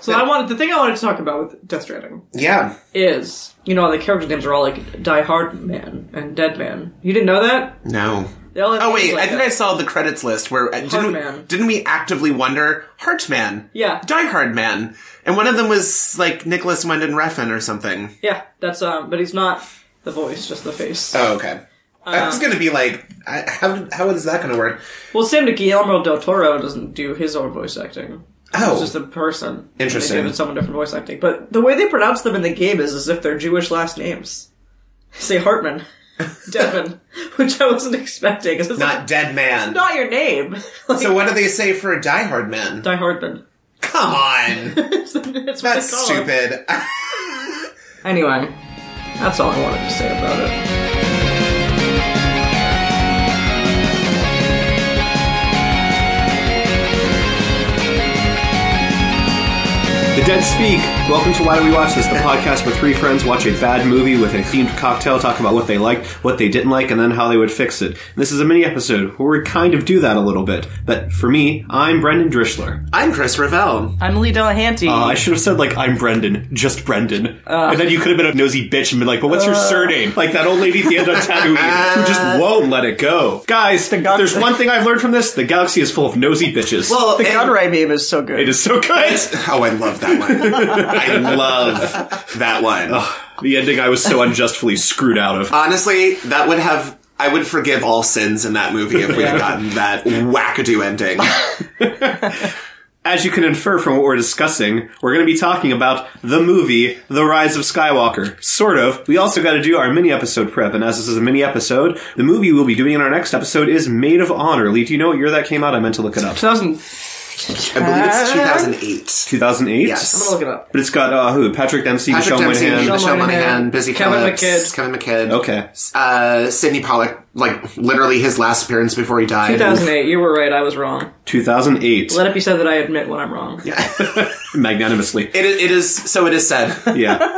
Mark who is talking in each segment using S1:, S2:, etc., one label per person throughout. S1: So I wanted the thing I wanted to talk about with Death Stranding
S2: Yeah.
S1: is you know the character names are all like Die Hard Man and Dead Man. You didn't know that?
S2: No.
S1: They all have
S2: Oh
S1: names
S2: wait,
S1: like
S2: I think
S1: that.
S2: I saw the credits list where uh, didn't we,
S1: Heartman.
S2: didn't we actively wonder Heartman?
S1: Yeah.
S2: Die Hard Man, and one of them was like Nicholas Wendon Refn or something.
S1: yeah, that's um, but he's not the voice, just the face.
S2: Oh, okay. I was gonna be like, I, how how is that gonna work?
S1: well, Sam Guillermo del Toro doesn't do his own voice acting.
S2: Oh,
S1: It's just a person.
S2: Interesting.
S1: They give it someone different voice acting, but the way they pronounce them in the game is as if they're Jewish last names. Say Hartman, Devin, which I wasn't expecting. 'cause It's
S2: not Dead Man.
S1: not your name. Like,
S2: so what do they say for Die Hard Man?
S1: Die Hardman.
S2: Come on,
S1: It's- it's what
S2: that's
S1: they call him.
S2: stupid.
S1: Anyway, that's all I wanted to say about it.
S3: The Dead Speak. Welcome to Why Do We Watch This, the podcast where three friends watch a bad movie with a themed cocktail, talk about what they liked, what they didn't like, and then how they would fix it. And this is a mini episode where we kind of do that a little bit. But for me, I'm Brendan Drishler.
S2: I'm Chris Ravel.
S1: I'm Lee Delahanty.
S3: Uh, I should have said like I'm Brendan, just Brendan, and then you could have been a nosy bitch and been like, "But what's your surname?" Like that old lady at the end of Tatooine who just won't let it go. Guys, there's one thing I've learned from this: the galaxy is full of nosy bitches.
S2: Well,
S1: the
S2: and-
S1: Gunray meme is so good.
S3: Oh, it is so good.
S2: Oh, I love that one. I love that one.
S3: the ending I was so unjustfully screwed out of.
S2: Honestly, that would have. I would forgive all sins in that movie if we had gotten that wackadoo ending.
S3: As you can infer from what we're discussing, we're going to be talking about the movie The Rise of Skywalker. Sort of. We also got to do our mini episode prep, and as this is a mini episode, the movie we'll be doing in our next episode is Maid of Honor. Lee, do you know what year that came out? I meant to look it up.
S1: 2000.
S2: I believe it's 2008.
S3: 2008?
S1: I'm gonna look it up.
S3: But it's got uh, who? Patrick Dempsey,
S2: Patrick
S3: Michelle
S2: Dempsey,
S3: Moynihan.
S2: Michelle
S1: Moynihan,
S2: Monaghan, Busy
S1: Kevin
S2: Phillips,
S1: McKidd.
S2: Kevin McKidd.
S3: Okay.
S2: Uh, Sidney Pollack, like literally his last appearance before he died.
S1: 2008. You were right. I was wrong.
S3: 2008.
S1: Let it be said that I admit when I'm wrong.
S3: Magnanimously.
S2: It, i- it is so. It is said.
S3: Yeah.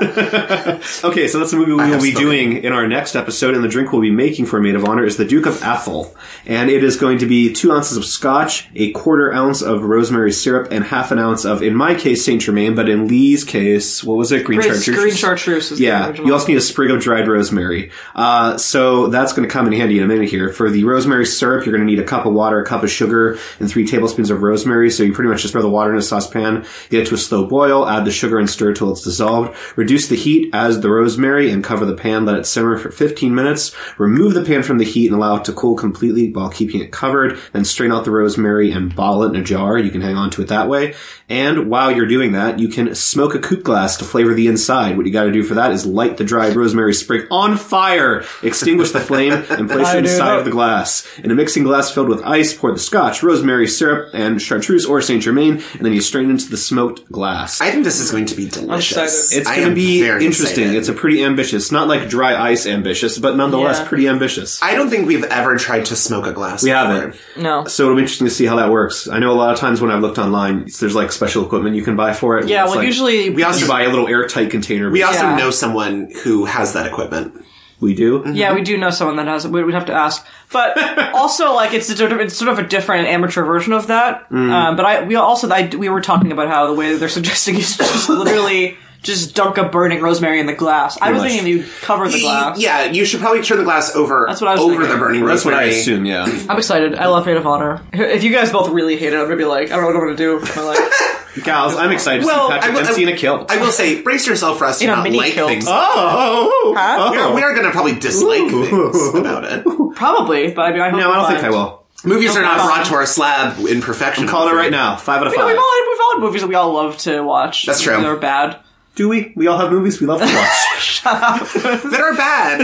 S3: okay, so that's the movie we will
S2: have
S3: be
S2: spoken.
S3: doing in our next episode, and the drink we'll be making for Maid of Honor is the Duke of Athol. And it is going to be two ounces of scotch, a quarter ounce of rosemary syrup, and half an ounce of, in my case, Saint Germain, but in Lee's case, what was it? Green
S1: Green,
S3: chartreuse.
S1: green chartreuse is the
S3: Yeah,
S1: original.
S3: you also need a sprig of dried rosemary. Uh, so that's going to come in handy in a minute here. For the rosemary syrup, you're going to need a cup of water, a cup of sugar, and three tablespoons of rosemary. So you pretty much just throw the water in a saucepan, get it to a slow boil, add the sugar and stir till it's dissolved. Reduce the heat, add the rosemary, and cover the pan. Let it simmer for 15 minutes. Remove the pan from the heat and allow it to cool completely while keeping it covered. Then strain out the rosemary and bottle it in a jar. You can hang on to it that way. And while you're doing that, you can smoke a coupe glass to flavor the inside. What you got to do for that is light the dried rosemary sprig on fire, extinguish the flame, and place it inside of the glass. In a mixing glass filled with ice, pour the scotch, rosemary syrup, and chartreuse or Saint Germain, and then you strain into the smoked glass.
S2: I think this is going to be delicious.
S1: excited.
S3: It's
S2: I
S3: going to
S2: am
S3: be
S2: very
S3: interesting.
S2: excited.
S3: It's a pretty ambitious, not like dry ice ambitious, but nonetheless
S1: Yeah.
S3: pretty ambitious.
S2: I don't think we've ever tried to smoke a glass.
S3: we haven't.
S1: No.
S3: So it'll be interesting to see how that works. I know a lot of times when I've looked online, there's like special equipment you can buy for it.
S1: Yeah.
S3: It's
S1: Well,
S3: like-
S1: usually
S2: We
S3: you
S2: also
S3: buy a little airtight container.
S2: we also
S1: Yeah.
S2: know someone who has that equipment.
S3: we do.
S2: Mm-hmm.
S1: Yeah, we do know someone that has it. We'd we'd have to ask, but also like it's a, sort of- it's sort of a different amateur version of that.
S3: Mm.
S1: Um, but I we also I, we were talking about how the way that they're suggesting is just literally just dunk a burning rosemary in the glass. I was
S3: much.
S1: thinking you cover the glass.
S2: Yeah, you should probably turn the glass over.
S1: That's what I was
S2: over
S1: thinking.
S2: the burning
S3: That's what I
S2: rosemary.
S3: assume. Yeah.
S1: I'm excited. I love Maid of Honor. If you guys both really hate it, I'm gonna be like, I don't know what I'm gonna do with my life.
S3: Gals, I'm excited
S2: Well,
S3: to see
S2: I
S3: Patrick
S2: will-
S3: Dempsey in a kilt.
S2: I will say, brace yourself for us to
S1: In a
S2: not
S1: mini
S2: like
S1: kilt.
S2: things.
S3: oh,
S1: Huh?
S2: We are- we are going to probably dislike
S3: Ooh.
S2: things about it.
S1: Probably, but I mean, I hope
S3: No, I don't
S1: I'm
S3: think I
S1: fine.
S3: will.
S2: Movies are not
S1: Okay.
S2: brought to our slab in perfection. I'm
S3: Calling it
S2: afraid.
S3: right now. Five out of
S1: You know,
S3: five.
S1: we've all had, we've all had movies that we all love to watch.
S2: That's true.
S1: They're bad.
S3: Do we? We all have movies we love to watch.
S2: That are bad.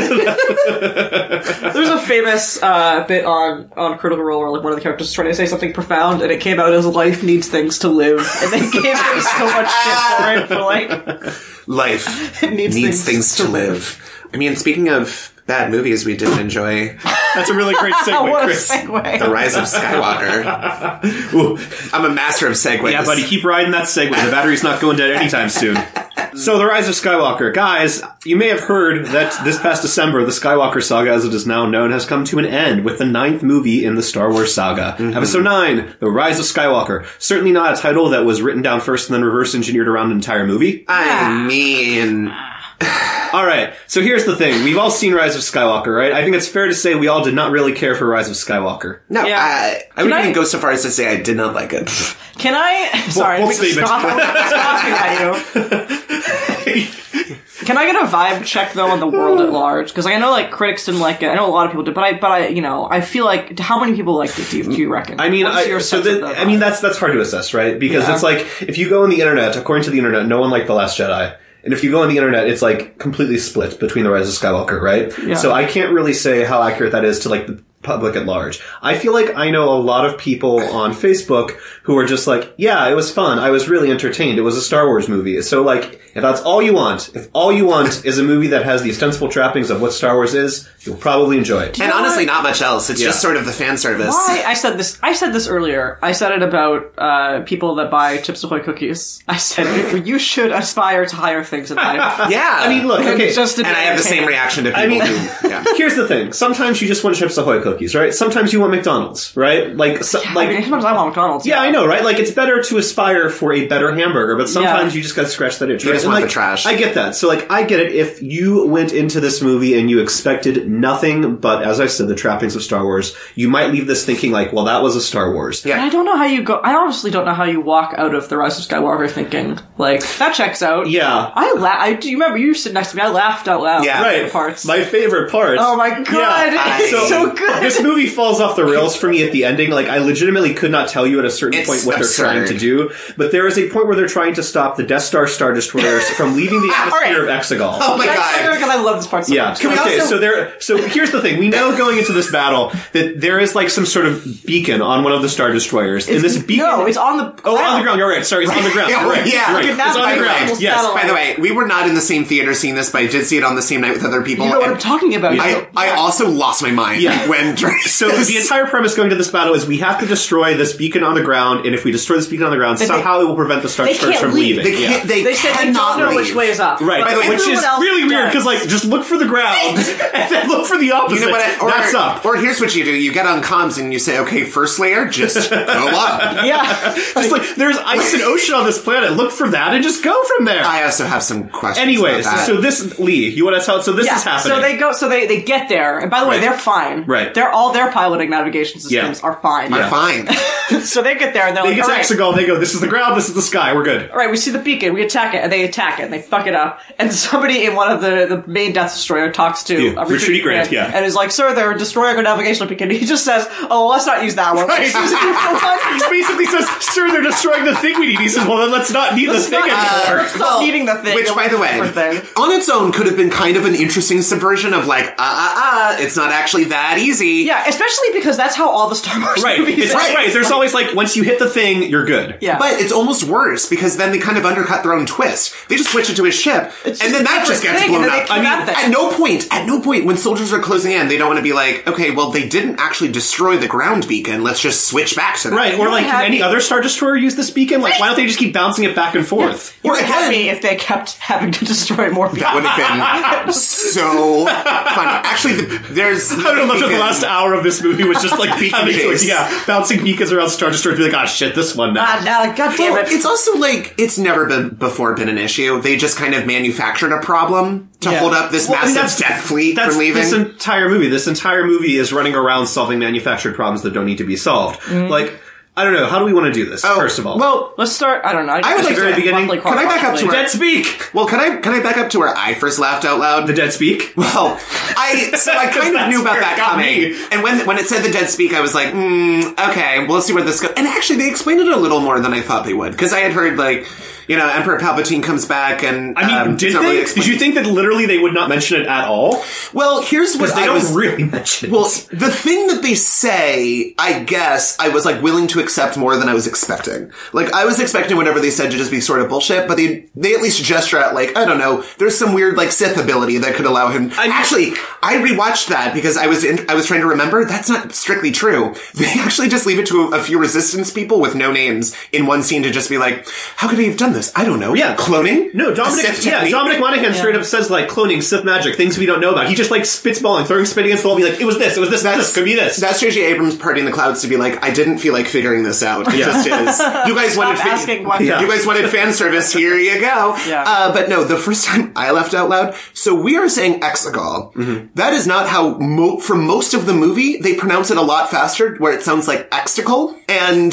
S1: There's a famous uh, bit on on Critical Role where like one of the characters is trying to say something profound, and it came out as "Life needs things to live," and they gave him so much shit for it for like
S2: Life
S1: it needs,
S2: needs things, to live. I mean, speaking of bad movies, we did enjoy
S3: That's a really great
S1: Oh,
S3: segue,
S1: what a
S3: Chris.
S2: The
S1: segue!
S2: Rise of Skywalker.
S3: Ooh.
S2: I'm a master of segues.
S3: Yeah, buddy, keep riding that segue. The battery's not going dead anytime soon. So, The Rise of Skywalker. Guys, you may have heard that this past December, the Skywalker saga, as it is now known, has come to an end with the ninth movie in the Star Wars saga. Episode 9, The Rise of Skywalker. Certainly not a title that was written down first and then reverse engineered around an entire movie.
S2: I mean,
S3: All right, so here's the thing. We've all seen Rise of Skywalker, right? I think it's fair to say we all did not really care for Rise of Skywalker.
S2: no,
S1: Yeah.
S2: I, I
S1: Can
S2: wouldn't
S1: I-
S2: even go so far as to say I did not like it.
S1: Can I? Sorry,
S3: we'll
S1: I'm
S3: save it.
S1: stop, I'm stopping at you. Can I get a vibe check though on the world at large? Because like, I know like critics didn't like it. I know a lot of people did, but I but I you know I feel like how many people liked it? Do you, do you reckon?
S3: I mean,
S1: What's
S3: I,
S1: your
S3: so
S1: sense of
S3: the,
S1: the
S3: I mean that's that's hard to assess, right? Because
S1: Yeah.
S3: it's like if you go on the internet, according to the internet, no one liked the Last Jedi, and if you go on the internet, it's like completely split between the Rise of Skywalker, right?
S1: Yeah.
S3: So I can't really say how accurate that is to like the public at large. I feel like I know a lot of people on Facebook who are just like, yeah, it was fun. I was really entertained. It was a Star Wars movie. So like, if that's all you want, if all you want is a movie that has the ostensible trappings of what Star Wars is, you'll probably enjoy it.
S2: and
S1: know
S2: honestly, not much else. It's just sort of the fan service.
S1: Why I said this? I said this earlier. I said it about uh, people that buy Chips Ahoy cookies. I said you should aspire to higher things in life.
S2: Yeah.
S3: I mean, look, okay,
S1: just to be
S2: And I have the same
S1: entertaining.
S2: reaction to people
S3: mean-
S2: who. Yeah.
S3: Here's the thing. Sometimes you just want Chips Ahoy cookies, right? Sometimes you want McDonald's, right? Like, so,
S1: I mean,
S3: like,
S1: sometimes I want McDonald's.
S3: yeah, I know, right? Like, it's better to aspire for a better hamburger, but sometimes
S1: Yeah.
S3: you just gotta scratch that itch. right?
S2: just
S3: And,
S2: want
S3: like,
S2: the trash.
S3: I get that. So, like, I get it. If you went into this movie and you expected nothing but, as I said, the trappings of Star Wars, you might leave this thinking like, well, that was a Star Wars.
S2: Yeah.
S1: And I don't know how you go. I honestly don't know how you walk out of the Rise of Skywalker thinking like that checks out.
S3: Yeah.
S1: I la- I do you remember you were sitting next to me? I laughed out loud. at
S2: Yeah.
S1: the
S3: Right.
S1: Parts.
S3: My favorite part.
S1: oh my god,
S3: Yeah.
S1: it's
S2: I-
S1: so, good.
S3: This movie falls off the rails for me at the ending. Like, I legitimately could not tell you at a certain
S2: It's
S3: point what
S2: absurd.
S3: they're trying to do. But there is a point where they're trying to stop the Death Star Star Destroyers from leaving the atmosphere of Exegol.
S2: Oh my
S1: I remember
S2: god.
S1: because I love this part so
S3: Yeah.
S1: much.
S3: okay.
S2: also-
S3: so there. So here's the thing. We know going into this battle that there is like some sort of beacon on one of the star destroyers, and this beacon.
S1: No, it's on the
S3: oh, on the ground. All right. Sorry, it's on the ground.
S2: Yeah,
S3: Right,
S2: yeah.
S3: right.
S2: Look
S1: at that,
S3: It's on
S1: by
S3: the
S1: the way.
S3: ground.
S1: Almost
S3: Yes.
S1: satellite.
S2: By the way, we were not in the same theater seeing this, but I did see it on the same night with other people.
S1: You know what I'm
S2: and
S1: talking about.
S2: I, I also lost my mind
S3: Yeah.
S2: when during
S3: So the entire premise going to this battle is we have to destroy this beacon on the ground, and if we destroy this beacon on the ground, somehow it will prevent the Star
S1: they
S3: Destroyers
S1: can't
S3: from
S1: leave.
S3: leaving.
S2: they,
S3: Yeah.
S2: can't, they,
S1: they said they
S2: cannot
S1: don't know
S2: leave.
S1: which way is up.
S3: Right,
S2: By the way,
S3: which
S1: everyone
S3: is
S1: else
S3: really weird
S1: does.
S3: because like just look for the ground and then look for the opposite.
S2: You know what? I, or,
S3: That's up.
S2: Or here's what you do: you get on comms and you say, "Okay, first layer, just go up."
S1: Yeah.
S3: just like there's ice and ocean on this planet, look for that and just go from there.
S2: I also have some questions.
S3: Anyways,
S2: about that.
S3: so this Lee, you want to tell? So this
S1: Yeah,
S3: is happening.
S1: So they go. So they, they get there, and by the way,
S3: Right.
S1: they're fine.
S3: Right.
S1: They're all their piloting navigation systems
S3: Yeah.
S1: are fine.
S2: We're fine.
S1: So they get there, and they're
S3: They
S1: like,
S3: get
S1: all
S3: to
S1: right,
S3: Exegol. They go. This is the ground. This is the sky. We're good.
S1: all right, we see the beacon, we attack it, and they attack it, and they fuck it up. And somebody in one of the, the main Death Destroyer talks to
S3: Yeah,
S1: uh,
S3: Richard E. Grant, yeah.
S1: and is like, "Sir, they're destroying our navigational beacon." He just says, "Oh, well, let's not use that one. Let's use a different one."
S3: He basically says, "Sir, they're destroying the thing we need." He says, "Well, then let's not need the thing
S1: not- uh,
S3: anymore."
S1: Stop needing the thing.
S2: Which,
S1: It
S2: by the
S1: was
S2: way,
S1: a different thing.
S2: on its own could have been kind of an interesting subversion of like, ah, ah, ah, it's not actually that easy.
S1: Yeah, especially because that's how all the Star Wars
S3: Right.
S1: movies.
S3: It's
S1: end.
S3: right. There's always like once you hit the thing, you're good.
S1: Yeah.
S2: But it's almost worse because then they kind of undercut their own twist. They just switch it to his ship,
S1: just
S2: and then that
S1: a
S2: just gets
S1: thing,
S2: blown
S1: and then they
S2: up.
S1: come
S2: I mean,
S1: at them.
S2: at no point, at no point, when soldiers are closing in, they don't want to be like, okay, well, they didn't actually destroy the ground beacon. Let's just switch back to that.
S3: Right. Or like, can
S1: happy.
S3: any other star destroyer use this beacon? Like, why don't they just keep bouncing it back and forth?
S1: Or
S2: Or again-
S1: happy if they kept having to destroy more people.
S2: That would have been so funny. Actually, the, there's.
S3: I don't know much of the last hour of this movie was just like
S2: Beacon
S3: having to,
S2: chase.
S3: yeah, bouncing beacons around star destroyers. Be like, ah, shit, this one now.
S1: Ah, now, God damn
S2: Well,
S1: it!
S2: it's also like it's never been before been an issue. They just kind of manufactured a problem to
S1: Yeah.
S2: hold up this
S3: Well, and
S2: massive death fleet
S3: that's
S2: from leaving.
S3: This entire movie, this entire movie is running around solving manufactured problems that don't need to be solved. Like, I don't know. How do we want to do this?
S2: Mm-hmm. Oh,
S3: first of all,
S2: well,
S1: Let's start. I don't know. I,
S2: would
S1: just-
S2: like to-
S1: roughly
S3: beginning-
S1: chronologically.
S2: can I back up to where-
S3: dead speak.
S2: well, can I can I back up to where I first laughed out loud?
S3: The dead speak.
S2: well, I so I
S3: 'Cause
S2: kind of
S3: that's
S2: knew about
S3: where
S2: that
S3: it got
S2: coming.
S3: me.
S2: And when when it said the dead speak, I was like, mm, okay, well, let's see where this goes. And actually, they explained it a little more than I thought they would because I had heard like, you know, Emperor Palpatine comes back and
S3: I mean,
S2: um, it's
S3: did they?
S2: not really
S3: did
S2: explained.
S3: you think that literally they would not mention it at all?
S2: Well, here's what
S3: Because they
S2: I
S3: don't
S2: was
S3: really mention it.
S2: Well, the thing that they say, I guess, I was like willing to accept more than I was expecting. Like, I was expecting whatever they said to just be sort of bullshit, but they they at least gesture at like, I don't know, there's some weird like Sith ability that could allow him.
S3: mean-
S2: actually, I rewatched that because I was in, I was trying to remember that's not strictly true. They actually just leave it to a, a few Resistance people with no names in one scene to just be like, how could he have done this? I don't know.
S3: Yeah.
S2: Cloning?
S3: No, Dominic.
S2: Sith
S3: yeah,
S2: technique?
S3: Dominic Monaghan straight up says like cloning, Sith magic, things we don't know about. He just like spits balling, throwing spit against the wall, be like, it was this, it was this,
S2: That's-
S3: this could be this.
S2: That's J.J. Abrams parting the clouds to be like, I didn't feel like figuring this out. It
S3: Yeah.
S2: just is. You guys wanted fa-
S1: asking why-
S2: You guys wanted fan service. Here you go.
S1: Yeah.
S2: Uh, but no, the first time I laughed out loud. So we are saying exegol.
S3: Mm-hmm.
S2: That is not how mo- for most of the movie they pronounce it a lot faster, where it sounds like extical. And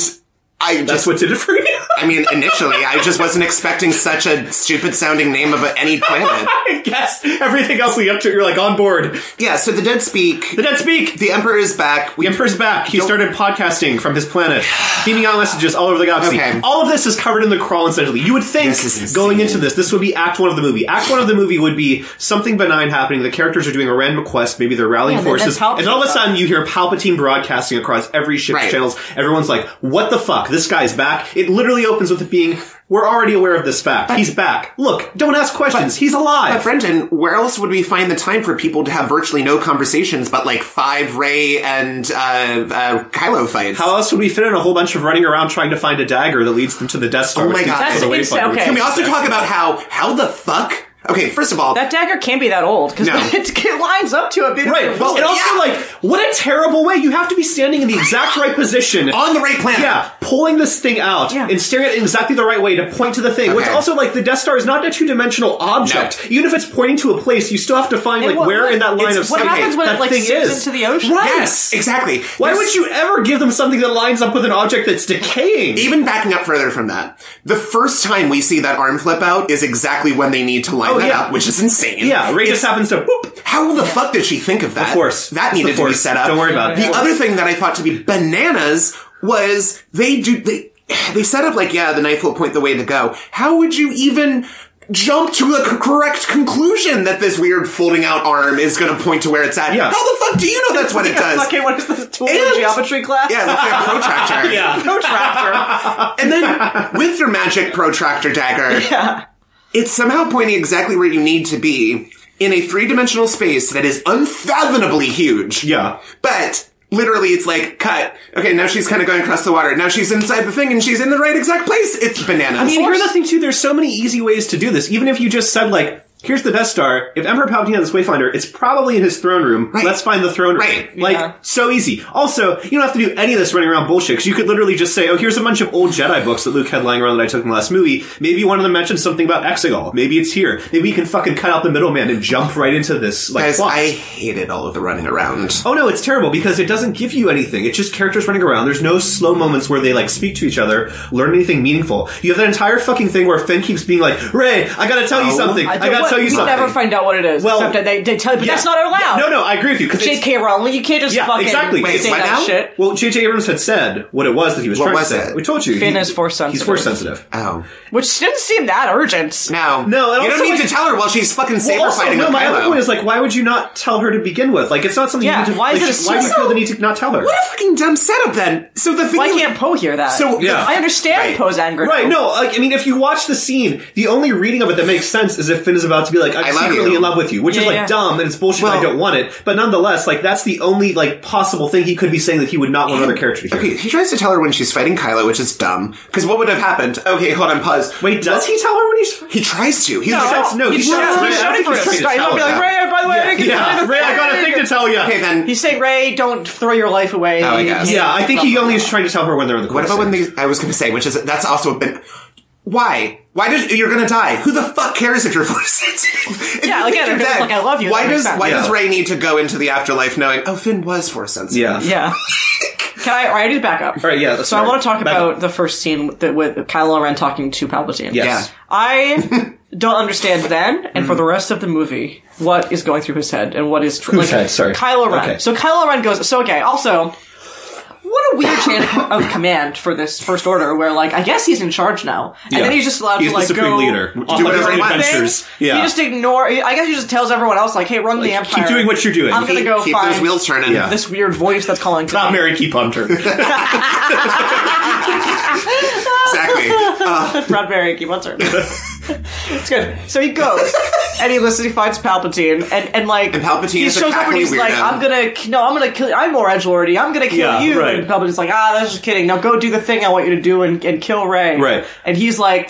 S2: I
S3: That's
S2: just,
S3: what did it for you.
S2: I mean, initially I just wasn't expecting such a stupid sounding name of a, any planet.
S3: I guess everything else leading up to it, you're like on board.
S2: Yeah. So the dead speak.
S3: The dead speak.
S2: The Emperor is back. We
S3: The Emperor's back. He
S2: Don't-
S3: started podcasting from his planet, beaming out messages all over the galaxy.
S2: Okay.
S3: All of this is covered in the crawl, essentially. You would think
S2: This is insane.
S3: going into this, this would be Act One of the movie. Act One of the movie would be something benign happening. The characters are doing a random quest. Maybe they're rallying
S1: Yeah, then-
S3: forces,
S1: then Palpatine's
S3: and all of a
S1: up.
S3: sudden you hear Palpatine broadcasting across every ship's
S2: Right.
S3: channels. Everyone's like, "What the fuck? This guy's back!" It literally opens with it being. We're already aware of this fact. He's back. Look, don't ask questions. He's
S2: But
S3: alive.
S2: Brendan, where else would we find the time for people to have virtually no conversations but like five Ray and uh, uh, Kylo fights?
S3: How else would we fit in a whole bunch of running around trying to find a dagger that leads them to the Death Star?
S2: Oh
S3: which
S2: my
S3: leads
S2: God.
S3: them to
S2: That's
S3: the
S1: insane.
S3: Wayfinder, which
S1: Okay.
S2: Can we also talk about how how the fuck? Okay, first of all,
S1: That dagger can't be that old because
S2: No.
S1: it, it lines up to a bit.
S3: Right.
S1: Of
S3: Well, and also
S2: yeah.
S3: like, what a terrible way. You have to be standing in the exact right position.
S2: on the right planet.
S3: yeah, pulling this thing out
S1: Oh, Yeah.
S3: and staring at it in exactly the right way to point to the thing. Which
S2: Okay.
S3: also, like, the Death Star is not a two-dimensional object.
S2: No.
S3: Even if it's pointing to a place, you still have to find like
S1: what-
S3: where in that line
S2: it's-
S3: of
S1: what
S3: sight
S1: happens when
S3: that
S1: it like
S3: thing
S1: sinks
S3: is.
S1: into the ocean?
S3: Right.
S2: Yes, exactly.
S3: Why
S2: There's-
S3: would you ever give them something that lines up with an object that's decaying?
S2: Even backing up further from that, the first time we see that arm flip out is exactly when they need to line
S3: Oh,
S2: that
S3: yeah.
S2: up, which is insane.
S3: yeah, Ray just happens to boop.
S2: How the fuck did she think of that?
S3: Of course.
S2: That
S3: It's the
S2: needed to be
S3: Force.
S2: set up.
S3: Don't worry about it.
S2: The
S3: Force.
S2: other thing that I thought to be bananas was they do, they, they set up like, yeah, the knife will point the way to go. How would you even jump to the c- correct conclusion that this weird folding out arm is gonna point to where it's at?
S3: Yeah.
S2: How the fuck do you know that's what it does?
S1: Fucking what is this tool
S2: And-
S1: in geometry class?
S2: yeah, it looks like a protractor.
S3: Yeah.
S1: protractor.
S2: And then with your magic protractor dagger, it's somehow pointing exactly where you need to be in a three dimensional space that is unfathomably huge.
S3: Yeah.
S2: But literally, it's like cut. Okay, now she's kind of going across the water. Now she's inside the thing, and she's in the right exact place. It's bananas.
S3: I mean, here's the thing too. There's so many easy ways to do this. Even if you just said like, "Here's the Death Star." If Emperor Palpatine has this wayfinder, it's probably in his throne room. Let's find the throne room.
S2: Right.
S3: Like
S1: Yeah.
S3: so easy. Also, you don't have to do any of this running around bullshit because you could literally just say, "Oh, here's a bunch of old Jedi books that Luke had lying around that I took in the last movie. Maybe one of them mentioned something about Exegol. Maybe it's here. Maybe you can fucking cut out the middleman and jump right into this like
S2: Guys,
S3: plot."
S2: I hated all of the running around.
S3: Oh no, it's terrible because it doesn't give you anything. It's just characters running around. There's no slow moments where they like speak to each other, learn anything meaningful. You have that entire fucking thing where Finn keeps being like, "Ray, I gotta tell you
S2: Oh,
S3: something. I, gotta
S1: What-
S3: tell you
S1: we
S3: something."
S1: never find out what it is.
S3: Well-
S1: except that they, they tell you, but
S3: Yeah.
S1: that's not allowed.
S3: No, no, I agree with you. 'cause it's-
S1: J.K. Rowling, you can't just
S3: Yeah,
S1: fucking
S3: exactly. Wait,
S1: say
S2: what
S1: that
S2: now?
S1: shit.
S3: Well, J.J. Abrams had said what it was that he was
S2: What
S3: trying
S2: was
S3: to say.
S2: it?
S3: We told you.
S1: Finn
S3: he-
S1: is force
S3: He's
S1: sensitive.
S3: force sensitive.
S2: Oh.
S1: Which didn't seem that urgent.
S2: No.
S3: No, and
S2: You
S3: also,
S2: don't need to
S3: like-
S2: tell her while she's fucking saber
S3: Well, also,
S2: fighting
S3: no,
S2: with
S3: my other
S2: Kylo.
S3: point is like, why would you not tell her to begin with? Like, it's not something
S1: Yeah,
S3: you need to.
S1: why is it
S3: like,
S1: a
S3: she- why do you
S1: secret?
S3: feel the need to not tell her?
S2: what a fucking dumb setup then. So the thing
S1: Why
S2: you-
S1: can't Poe hear that?
S2: So-
S3: Yeah.
S1: I understand
S2: Right.
S1: Poe's anger.
S3: Right,
S1: now.
S3: no, like, I mean, if you watch the scene, the only reading of it that makes sense is if Finn is about to be like, I'm
S2: I love
S3: secretly
S2: you.
S3: in love with you, which is
S1: Yeah,
S3: like
S1: yeah.
S3: dumb and it's bullshit and I
S2: Well-
S3: don't want it. But nonetheless, like, that's the only, like, possible thing he could be saying that he would not want another character to hear.
S2: Okay, he tries to tell her when she's fighting Kylo, which is dumb. Because what would have happened? Okay, hold on, pause.
S3: Wait, does he tell her when he's.
S2: He tries to. He's like,
S3: shouts- no, he
S1: he's
S3: shouts,
S1: shouting,
S3: "Ray,
S1: he's
S3: I
S1: shouting
S3: think
S1: for
S3: he's
S1: his
S3: trying
S1: He's
S3: to
S1: be
S2: tell
S1: like,
S2: her.
S1: Ray, by the way, I can
S3: Yeah, Ray, I got a thing to tell you.
S2: okay, then
S1: You say, Ray, don't throw your life away.
S2: Oh, I guess.
S3: Yeah, I think he only is trying to tell her when they're in the
S2: What about when they? I was going to say, which is that's also been. Why? Why does you're going to die? Who the fuck cares if you're force sensitive? If
S1: Yeah,
S2: you
S1: like,
S2: think
S1: yeah,
S2: you're
S1: they're just
S2: dead,
S1: like, I love you,
S2: Why
S1: that makes
S2: does
S1: sense.
S2: Why does
S3: Yeah.
S2: Ray need to go into the afterlife knowing? Oh, Finn was force sensitive.
S3: Yeah.
S1: Yeah. Can I? I need to back up.
S3: All right, yeah, that's
S1: So I
S3: smart.
S1: want to talk
S3: Back
S1: about the first scene with, with Kylo Ren talking to Palpatine.
S2: Yeah.
S3: Yes. Mm.
S1: I don't understand then, and for the rest of the movie, what is going through his head and what is tr-
S3: Whose head? Sorry.
S1: Kylo Ren.
S3: Okay.
S1: So Kylo Ren goes. So okay. Also, what a weird chain of command for this First Order, where like I guess he's in charge now, and
S3: Yeah.
S1: then he's just allowed to
S3: He's the
S1: like
S3: supreme
S1: go do
S3: leader. Do
S2: whatever
S1: whatever
S2: he
S1: he
S2: wants.
S1: wants.
S3: Yeah.
S1: He just ignore. I guess he just tells everyone else like, "Hey, run the
S3: keep
S1: empire.
S3: doing what you're doing.
S1: I'm gonna
S2: Keep,
S1: go
S2: keep
S1: find
S2: those wheels turning.
S3: Yeah.
S1: this weird voice that's calling to
S3: Not
S1: me.
S3: Mary Keep Hunter.
S2: Exactly. Uh,
S1: Bradbury, keep on turning. it's good. So he goes, and he listens. He finds Palpatine, and and like
S2: And Palpatine
S1: he
S2: is a
S1: shows up and
S2: cackly
S1: he's like,
S2: weirdo.
S1: "I'm gonna k- no, I'm gonna kill. I'm more edge lordy. I'm gonna kill
S3: Yeah,
S1: you."
S3: right.
S1: And Palpatine's like, "Ah, that's just kidding. Now go do the thing I want you to do and, and kill Ray."
S3: Right.
S1: And he's like,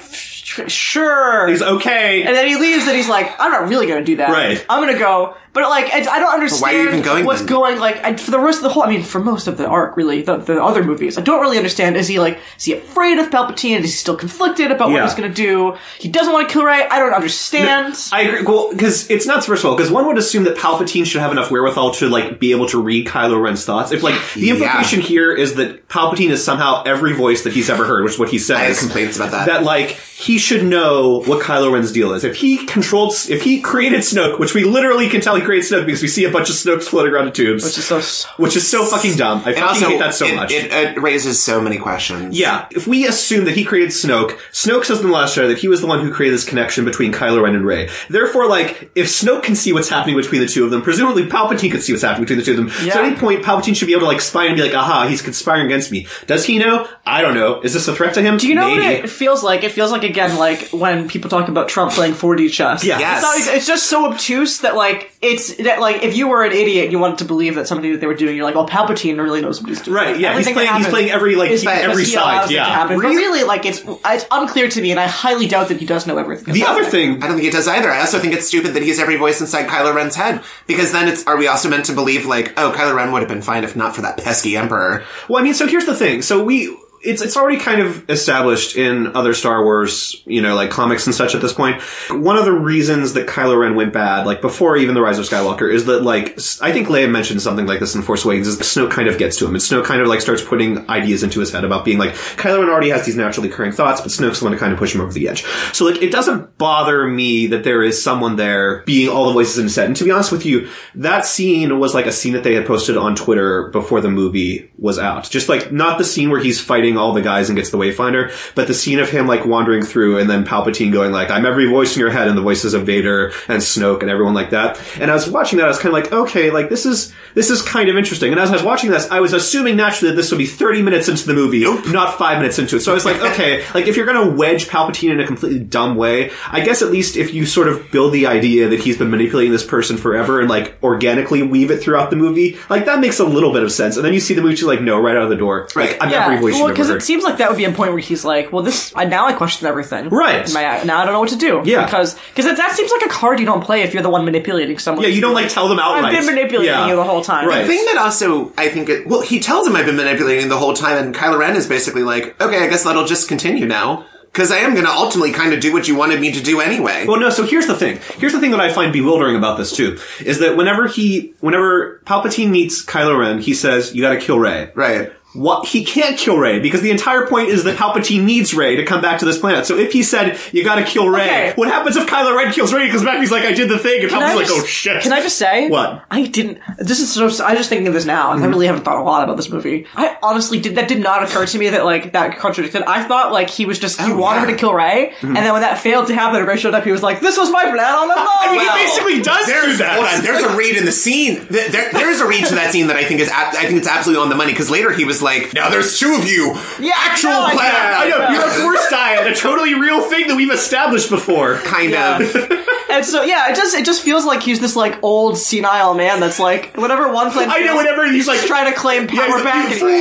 S1: "Sure."
S3: He's okay.
S1: and then he leaves, and he's like, "I'm not really gonna do that.
S3: Right.
S1: I'm gonna go." But like, it's, I don't understand
S2: why are you even going
S1: what's
S2: then?
S1: going. Like, I, for the rest of the whole, I mean, for most of the arc, really, the, the other movies, I don't really understand. Is he like, is he afraid of Palpatine? Is he still conflicted about
S3: Yeah.
S1: what he's gonna do? He doesn't want to kill Ray. I don't understand.
S3: I agree. Well, because it's nuts, first of all, because one would assume that Palpatine should have enough wherewithal to, like, be able to read Kylo Ren's thoughts. If, like, the
S2: Yeah.
S3: implication here is that Palpatine is somehow every voice that he's ever heard, which is what he says.
S2: I have complaints about that.
S3: That, like, he should know what Kylo Ren's deal is. If he controlled, S- if he created Snoke, which we literally can tell he created Snoke because we see a bunch of Snokes floating around in tubes.
S1: Which is so- so-
S3: which is so fucking dumb. I fucking
S2: And also,
S3: hate that so
S2: it,
S3: much.
S2: It, it raises so many questions.
S3: Yeah, if we assume that he created Snoke, Snoke says in the last Jedi that he was the one who created this connection between Kylo Ren and Rey. Therefore, like, if Snoke can see what's happening between the two of them, presumably Palpatine could see what's happening between the two of them. So
S1: Yeah.
S3: at any point, Palpatine should be able to, like, spy and be like, aha, he's conspiring against me. Does he know? I don't know. Is this a threat to him?
S1: Do you know
S3: Maybe.
S1: what it feels like? It feels like again, like when people talk about Trump playing 4D chess.
S3: Yeah.
S1: it's, not-
S2: Yes.
S1: it's just so obtuse that like it's that like if you were an idiot, and you wanted to believe that something that they were doing, you're like, well, Palpatine really knows what he's doing.
S3: Right, yeah, he's
S1: Everything that
S3: playing- he's
S1: happens
S3: playing every, like,
S1: is
S3: he-
S1: because
S3: every
S1: he
S3: side,
S1: allows it to
S3: yeah.
S1: happen. But
S2: Really?
S1: really, like it's it's unclear to me, and I highly doubt that he does know everything.
S3: the other thing.
S2: I don't think it does either. I also think it's stupid that he's every voice inside Kylo Ren's head. Because then it's, are we also meant to believe, like, oh, Kylo Ren would have been fine if not for that pesky emperor?
S3: Well, I mean, so here's the thing. So we, it's it's already kind of established in other Star Wars, you know, like comics and such at this point. One of the reasons that Kylo Ren went bad, like before even the Rise of Skywalker, is that like s- I think Leia mentioned something like this in Force Awakens. Is that Snoke kind of gets to him, and Snoke kind of like starts putting ideas into his head about being like Kylo Ren already has these naturally occurring thoughts, but Snoke's the one to kind of push him over the edge. So like it doesn't bother me that there is someone there being all the voices in his head. And to be honest with you, that scene was like a scene that they had posted on Twitter before the movie was out. Just like not the scene where he's fighting all the guys and gets the Wayfinder, but the scene of him like wandering through and then Palpatine going like, "I'm every voice in your head," and the voices of Vader and Snoke and everyone like that. And I was watching that, I was kind of like, okay, like this is this is kind of interesting. And as I was watching this, I was assuming naturally that this would be 30 minutes into the movie, not five minutes into it. So I was like, okay, like if you're going to wedge Palpatine in a completely dumb way, I guess at least if you sort of build the idea that he's been manipulating this person forever and like organically weave it throughout the movie, like that makes a little bit of sense. And then you see the movie, she's like, no, right out of the door,
S2: Right.
S3: like I'm
S1: Yeah,
S3: every voice
S1: well,
S3: you've ever
S1: because
S3: heard.
S1: it seems like that would be a point where he's like, "Well, this I, now I question everything.
S3: Right.
S1: In my- now I don't know what to do.
S3: Yeah.
S1: because because that, that seems like a card you don't play if you're the one manipulating someone.
S3: yeah, you don't like tell them
S1: I've
S3: outright.
S1: been manipulating
S3: Yeah.
S1: you the whole time.
S3: Right.
S2: The thing that also, I think, it, well, he tells him I've been manipulating the whole time, and Kylo Ren is basically like, okay, I guess that'll just continue now. Because I am going to ultimately kind of do what you wanted me to do anyway.
S3: Well, Oh, no. So here's the thing. Here's the thing that I find bewildering about this too is that whenever he, whenever Palpatine meets Kylo Ren, he says, "You got to kill Rey."
S2: right.
S3: What he can't kill Rey because the entire point is that Palpatine needs Rey to come back to this planet. So if he said, "You got to kill Rey,"
S1: Okay.
S3: what happens if Kylo Ren kills Rey? He comes back. and He's like, "I did the thing," and
S1: Can I
S3: Palpatine's like,
S1: just-
S3: "Oh shit."
S1: Can I just say
S3: What? Mm-hmm.
S1: I didn't? This is so. I just thinking of this now, and I really haven't thought a lot about this movie. I honestly did that did not occur to me that like that contradicted. I thought like he was just he
S2: Oh,
S1: wanted her
S2: yeah.
S1: to kill Ray,
S3: Mm-hmm.
S1: and then when that failed to happen, and Ray showed up. He was like, "This was my plan all along."
S3: I mean,
S2: Well,
S3: he basically does do
S2: There's,
S3: that.
S2: hold on, there's a read in the scene. Th- There, there's a read to that scene that I think is, ab- I think it's absolutely on the money. Because later he was like, "Now there's two of you.
S1: Yeah,
S2: actual
S1: no, I
S2: plan.
S1: know,
S3: I know you're a force diet, a totally real thing that we've established before.
S2: kind of.
S1: and so yeah, it just it just feels like he's this like old senile man that's like whatever one plan.
S3: I know.
S1: fails,
S3: Whenever he's like,
S1: just try to claim
S3: Yeah,
S1: power
S3: he's like,
S1: back.
S3: "You
S1: and-
S3: fools!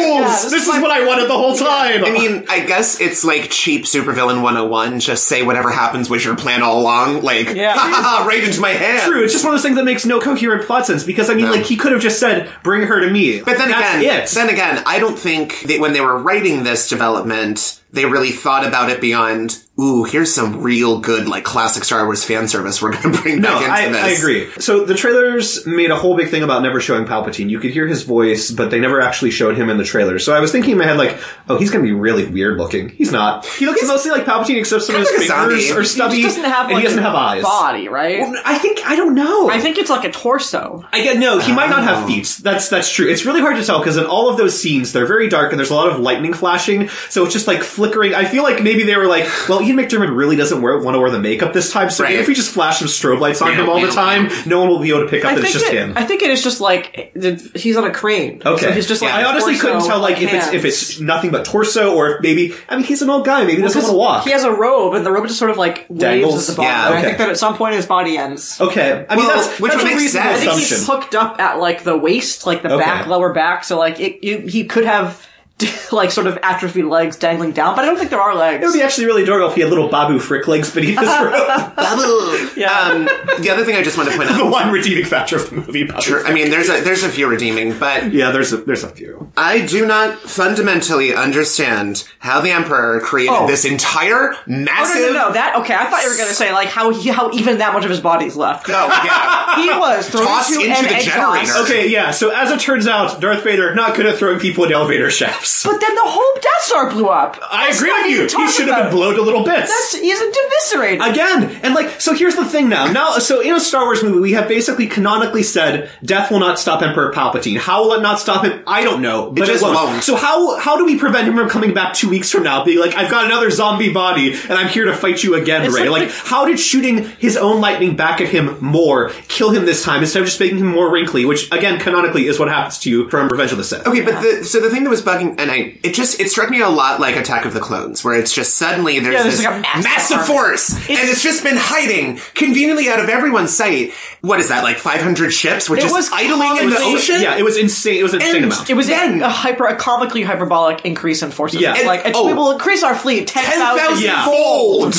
S1: yeah,
S3: this, is what I wanted the whole time.
S2: I mean, I guess it's like cheap supervillain 101. Just say whatever happens was your plan all along. Like,
S1: Yeah.
S2: right into my hand.
S3: True, it's just one of those things that makes no coherent plot sense because I mean,
S2: No.
S3: like, he could have just said, "Bring her to me."
S2: But then
S3: That's
S2: again,
S3: it.
S2: then again, I don't think that when they were writing this development, they really thought about it beyond. Ooh, here's some real good like classic Star Wars fan service. We're going to bring
S3: no,
S2: back into
S3: I,
S2: this.
S3: I agree. So the trailers made a whole big thing about never showing Palpatine. You could hear his voice, but they never actually showed him in the trailer. So I was thinking in my head, like, "Oh, he's going to be really weird looking." He's not. He looks mostly like Palpatine, except some of his
S2: like a zombie.
S3: fingers are
S2: He just
S3: stubby,
S1: He doesn't have
S3: and
S1: like
S3: he doesn't
S1: a
S3: have eyes.
S1: body, right?
S3: I think I don't know.
S1: I think it's like a torso.
S3: I get no. He might not
S2: Oh.
S3: have feet. That's that's true. It's really hard to tell because in all of those scenes, they're very dark and there's a lot of lightning flashing. So it's just like flickering. I feel like maybe they were like, well, Ian McDermott really doesn't wear, want to wear the makeup this time, so
S2: Right.
S3: if we just flash some strobe lights on him all the time, no one will be able to pick up
S1: I
S3: that
S1: think
S3: it's just
S1: it,
S3: him.
S1: I think it is just like the- he's on a crane.
S3: Okay.
S1: so he's just like
S3: I honestly couldn't
S1: torso,
S3: tell like if it's
S1: hands.
S3: if it's nothing but torso or if maybe I mean he's an old guy maybe he doesn't want to walk.
S1: He has a robe, and the robe just sort of like waves
S3: Dangles?
S1: at the bottom.
S2: Yeah,
S1: And I
S3: okay.
S1: think that at some point his body ends.
S3: okay, I mean
S2: Well,
S3: that's
S2: which
S3: that's
S2: would
S3: a
S2: make
S3: reasonable
S2: sense.
S1: I think
S3: assumption.
S1: he's hooked up at like the waist, like the
S3: Okay.
S1: back, lower back. So like it, you, he could have like sort of atrophied legs dangling down, but I don't think there are legs.
S3: It would be actually really adorable if he had little Babu Frick legs beneath his robe.
S2: Babu.
S1: Yeah.
S2: Um, the other thing I just want to point
S3: the
S2: out.
S3: one redeeming factor of the movie. Babu
S2: Sure, I mean, there's a there's a few redeeming, but
S4: Yeah, there's a, there's a few.
S2: I do not fundamentally understand how the Emperor created
S1: Oh.
S2: this entire
S1: Oh,
S2: massive.
S1: no, no, no, that okay. I thought you were going to say like how he, how even that much of his body's left.
S2: No, Oh, yeah.
S1: He was
S2: Tossed
S1: thrown
S2: into
S1: an
S2: the
S1: egg
S2: generator.
S1: toss.
S3: Okay, yeah. So as it turns out, Darth Vader not good at throwing people in elevator shafts.
S1: But then the whole Death Star blew up.
S3: I agree
S1: not
S3: with
S1: even
S3: you.
S1: talking
S3: He should have
S1: about
S3: been blown to little bits.
S1: That's, he's a diviscerator.
S3: Again, and like, so here's the thing now. Now, so in a Star Wars movie, we have basically canonically said, death will not stop Emperor Palpatine. How will it not stop him? I don't know, but it,
S2: just
S3: won't.
S2: won't.
S3: So how, how do we prevent him from coming back two weeks from now being like, I've got another zombie body and I'm here to fight you again,
S1: It's
S3: Ray?
S1: like
S3: Like, how did shooting his own lightning back at him more kill him this time instead of just making him more wrinkly, which again, canonically is what happens to you from Revenge of the Sith.
S2: Okay, but the, so the thing that was bugging, and I, it just, it struck me a lot like Attack of the Clones, where it's just suddenly there's
S1: Yeah, there's
S2: this
S1: like a massive
S2: massive,
S1: army.
S2: force, and it's just been hiding conveniently out of everyone's sight. What is that, like 500 ships, which
S1: It
S2: is
S1: was
S2: idling in the
S1: commonly-
S2: ocean?
S3: Yeah, it was insane. It was an insane
S2: And
S3: amount.
S1: It was
S2: Then-
S1: a, a hyper, a comically hyperbolic increase in forces.
S3: Yeah.
S1: It's like
S2: And-
S1: it's, we
S2: oh.
S1: will increase our fleet ten
S2: 10,000
S1: thousand,
S3: Yeah.
S2: fold!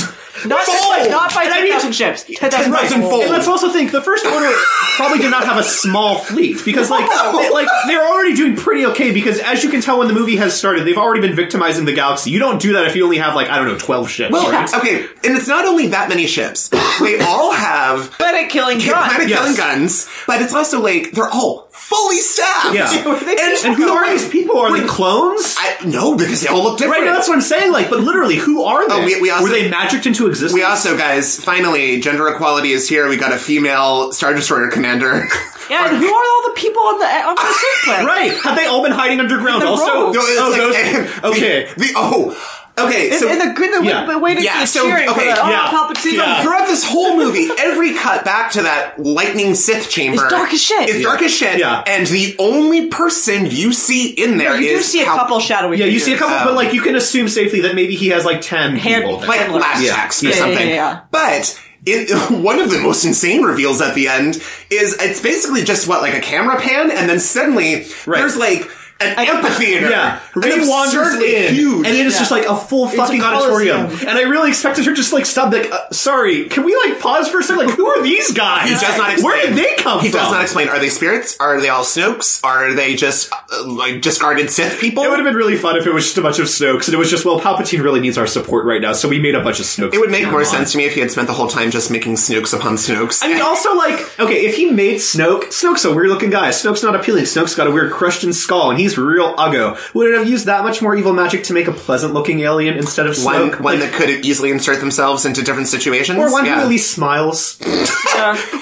S1: not just by, not by
S3: And I
S1: ten
S3: mean-
S1: thousand ships, ten thousand
S2: Right.
S1: fold.
S2: fold.
S3: And let's also think the first order probably did not have a small fleet because like
S2: Oh,
S3: they, like they're already doing pretty okay because as you can tell when the movie has started they've already been victimizing the galaxy. You don't do that if you only have like I don't know 12 ships.
S2: Well,
S3: right?
S2: okay, and it's not only that many ships. They all have
S1: Planet killing gun.
S2: planet killing guns, but it's also like they're all fully staffed.
S3: Yeah.
S2: and,
S3: And who are these
S2: these
S3: people? Are they clones?
S2: I, no, because they all look different.
S3: right now that's what I'm saying like but literally who are they?
S2: Oh, we- we also-
S3: Were they magicked into existence?
S2: We also, guys, finally, gender equality is here. We got a female Star Destroyer commander.
S1: Yeah, and who are all the people on the on the Sith planet?
S3: Right. Have they all been hiding underground
S1: The
S3: also?
S1: rogues.
S2: No, it's
S3: Oh,
S2: like-
S3: those- okay.
S2: The, the- oh, okay.
S1: And,
S2: so
S1: and the good the,
S3: Yeah.
S1: the way to
S2: Yeah,
S1: be
S2: so,
S1: cheering
S2: okay,
S1: for the oh,
S3: yeah.
S1: Palpatine.
S3: Yeah.
S2: throughout this whole movie, every cut back to that lightning Sith chamber
S1: It's dark as shit.
S2: It's
S1: Yeah.
S2: dark as shit.
S3: Yeah.
S2: And the only person you see in there is
S1: You do see a
S2: Pal-
S1: couple shadowy.
S3: Yeah, you see a couple
S2: Um,
S3: but like you can assume safely that maybe he has like 10
S1: Hand-
S3: people. there.
S2: like
S1: handlers.
S2: lapsacks
S3: Yeah.
S2: or
S3: Yeah, yeah,
S2: something.
S1: yeah, yeah.
S2: But it, one of the most insane reveals at the end is it's basically just what like a camera pan, and then suddenly there's like an amphitheater.
S3: Yeah,
S2: an
S3: Ray wanders
S2: absurdly
S3: in,
S2: huge.
S3: and it is just like a full fucking
S1: coliseum.
S3: auditorium. And I really expected her to just like stop. Like, uh, sorry, can we like pause for a second? Like, who are these guys?
S2: he does not explain.
S3: Where did they come
S2: He
S3: from?
S2: does not explain. Are they spirits? Are they all Snokes? Are they just uh, like discarded Sith people?
S3: It would have been really fun if it was just a bunch of Snokes, and it was just, well, Palpatine really needs our support right now, so we made a bunch of Snokes.
S2: It would make more sense to me if he had spent the whole time just making Snokes upon Snokes.
S3: I mean, also like, okay, if he made Snoke, Snoke's a weird looking guy. Snoke's not appealing. Snoke's got a weird crushed in skull, and he's real uggo. Would it have used that much more evil magic to make a pleasant looking alien instead of
S2: one
S3: Snoke?
S2: one
S3: Like,
S2: that could easily insert themselves into different situations.
S3: or one who
S2: Yeah.
S3: at least smiles.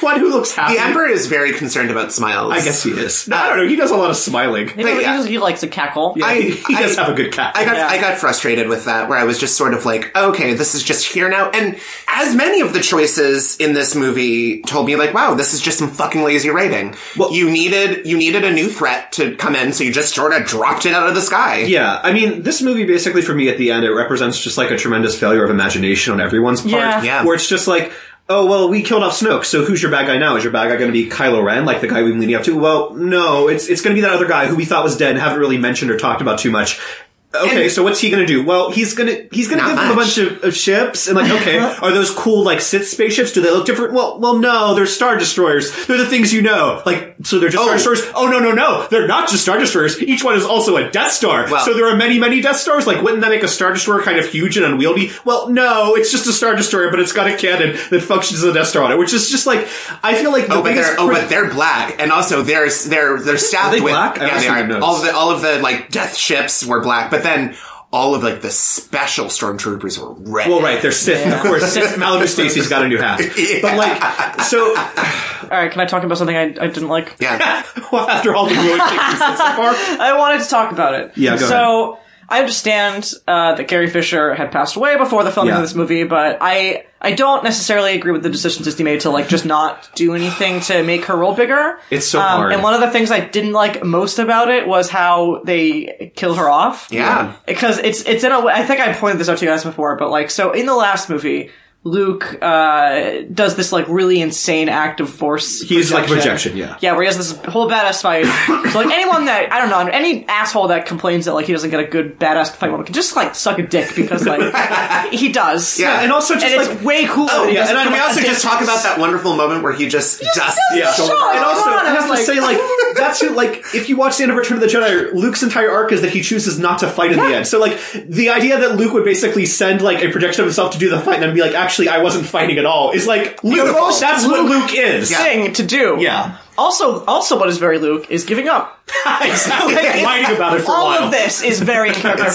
S3: one who looks happy.
S2: The Emperor is very concerned about smiles.
S3: I guess he is. No, I don't know. He does a lot of smiling.
S1: Maybe
S2: Wait,
S1: he,
S2: yeah.
S1: just- he likes a cackle.
S3: Yeah, he, he
S2: I-
S3: does have a good cat.
S2: I got
S1: Yeah.
S2: I got frustrated with that, where I was just sort of like, okay, this is just here now. And as many of the choices in this movie told me, like, wow, this is just some fucking lazy writing.
S3: Well-
S2: you needed you needed a new threat to come in, so you just sort of dropped it out of the sky.
S3: yeah, I mean, this movie basically for me at the end it represents just like a tremendous failure of imagination on everyone's part.
S1: Yeah.
S2: Yeah.
S3: Where it's just like, oh well, we killed off Snoke, so who's your bad guy now? Is your bad guy going to be Kylo Ren, like the guy we've been leading up to? Well, no, it's it's going to be that other guy who we thought was dead and haven't really mentioned or talked about too much. Okay,
S2: And-
S3: so what's he gonna do? Well, he's gonna he's gonna
S2: Not
S3: give them a
S2: much.
S3: bunch of, of ships and like, okay, are those cool like Sith spaceships? Do they look different? Well, well, no, they're star destroyers. They're the things you know. Like, so they're just star destroyers. Oh no, no, no, they're not just star destroyers. Each one is also a Death Star.
S2: Well-
S3: so there are many, many Death Stars. Like, wouldn't that make a star destroyer kind of huge and unwieldy? Well, no, it's just a star destroyer, but it's got a cannon that functions as a Death Star on it, which is just like I feel like the
S2: Oh, but
S3: biggest
S2: they're oh,
S3: crit-
S2: but they're black, and also they're they're they're staffed
S3: Are they
S2: with
S3: black? I
S2: yeah,
S3: honestly
S2: they
S3: didn't
S2: are.
S3: notice.
S2: All of the all of the like death ships were black, but then all of like the special stormtroopers were red.
S3: well, right, they're Sith, of course. Sith Malibu Stacy's got a new hat, but like, so
S1: All right. Can I talk about something I, I didn't like?
S2: Yeah.
S3: well, after all the ruling things so far,
S1: I wanted to talk about it.
S3: Yeah, go
S1: so I understand uh, that Gary Fisher had passed away before the filming
S4: Yeah.
S1: of this movie, but I I don't necessarily agree with the decision Disney made to like just not do anything to make her role bigger.
S3: It's so
S1: um,
S3: hard.
S1: And one of the things I didn't like most about it was how they killed her off.
S2: Yeah.
S1: because it's it's in a way. I think I pointed this out to you guys before, but like so in the last movie. Luke uh, does this like really insane act of force.
S3: He's like rejection, yeah.
S1: Yeah, where he has this whole badass fight. so like anyone that I don't know, any asshole that complains that like he doesn't get a good badass fight moment can just like suck a dick because like he does.
S2: Yeah,
S3: and also just
S1: and it's
S3: like
S1: way cooler.
S2: Oh,
S1: that he
S2: yeah,
S1: doesn't
S2: and
S1: come
S2: can we
S1: out
S2: also
S1: and
S2: just
S1: say-
S2: talk about that wonderful moment where he just dusts yeah.
S1: Sure,
S3: And also,
S1: God,
S3: I
S1: I
S3: have to
S1: was
S3: say,
S1: like-
S3: like, that's who, like, if you watch the end of Return of the Jedi, Luke's entire arc is that he chooses not to fight in the end. So, like, the idea that Luke would basically send, like, a projection of himself to do the fight and then be like, actually, I wasn't fighting at all is like, Luke,
S2: Beautiful.
S3: that's what Luke is.
S1: thing to do.
S3: Yeah.
S1: Also, also, what is very Luke is giving up.
S3: exactly.
S1: Like,
S3: Whining about it for a
S1: all
S3: while.
S1: of this is very
S2: Quite Luke.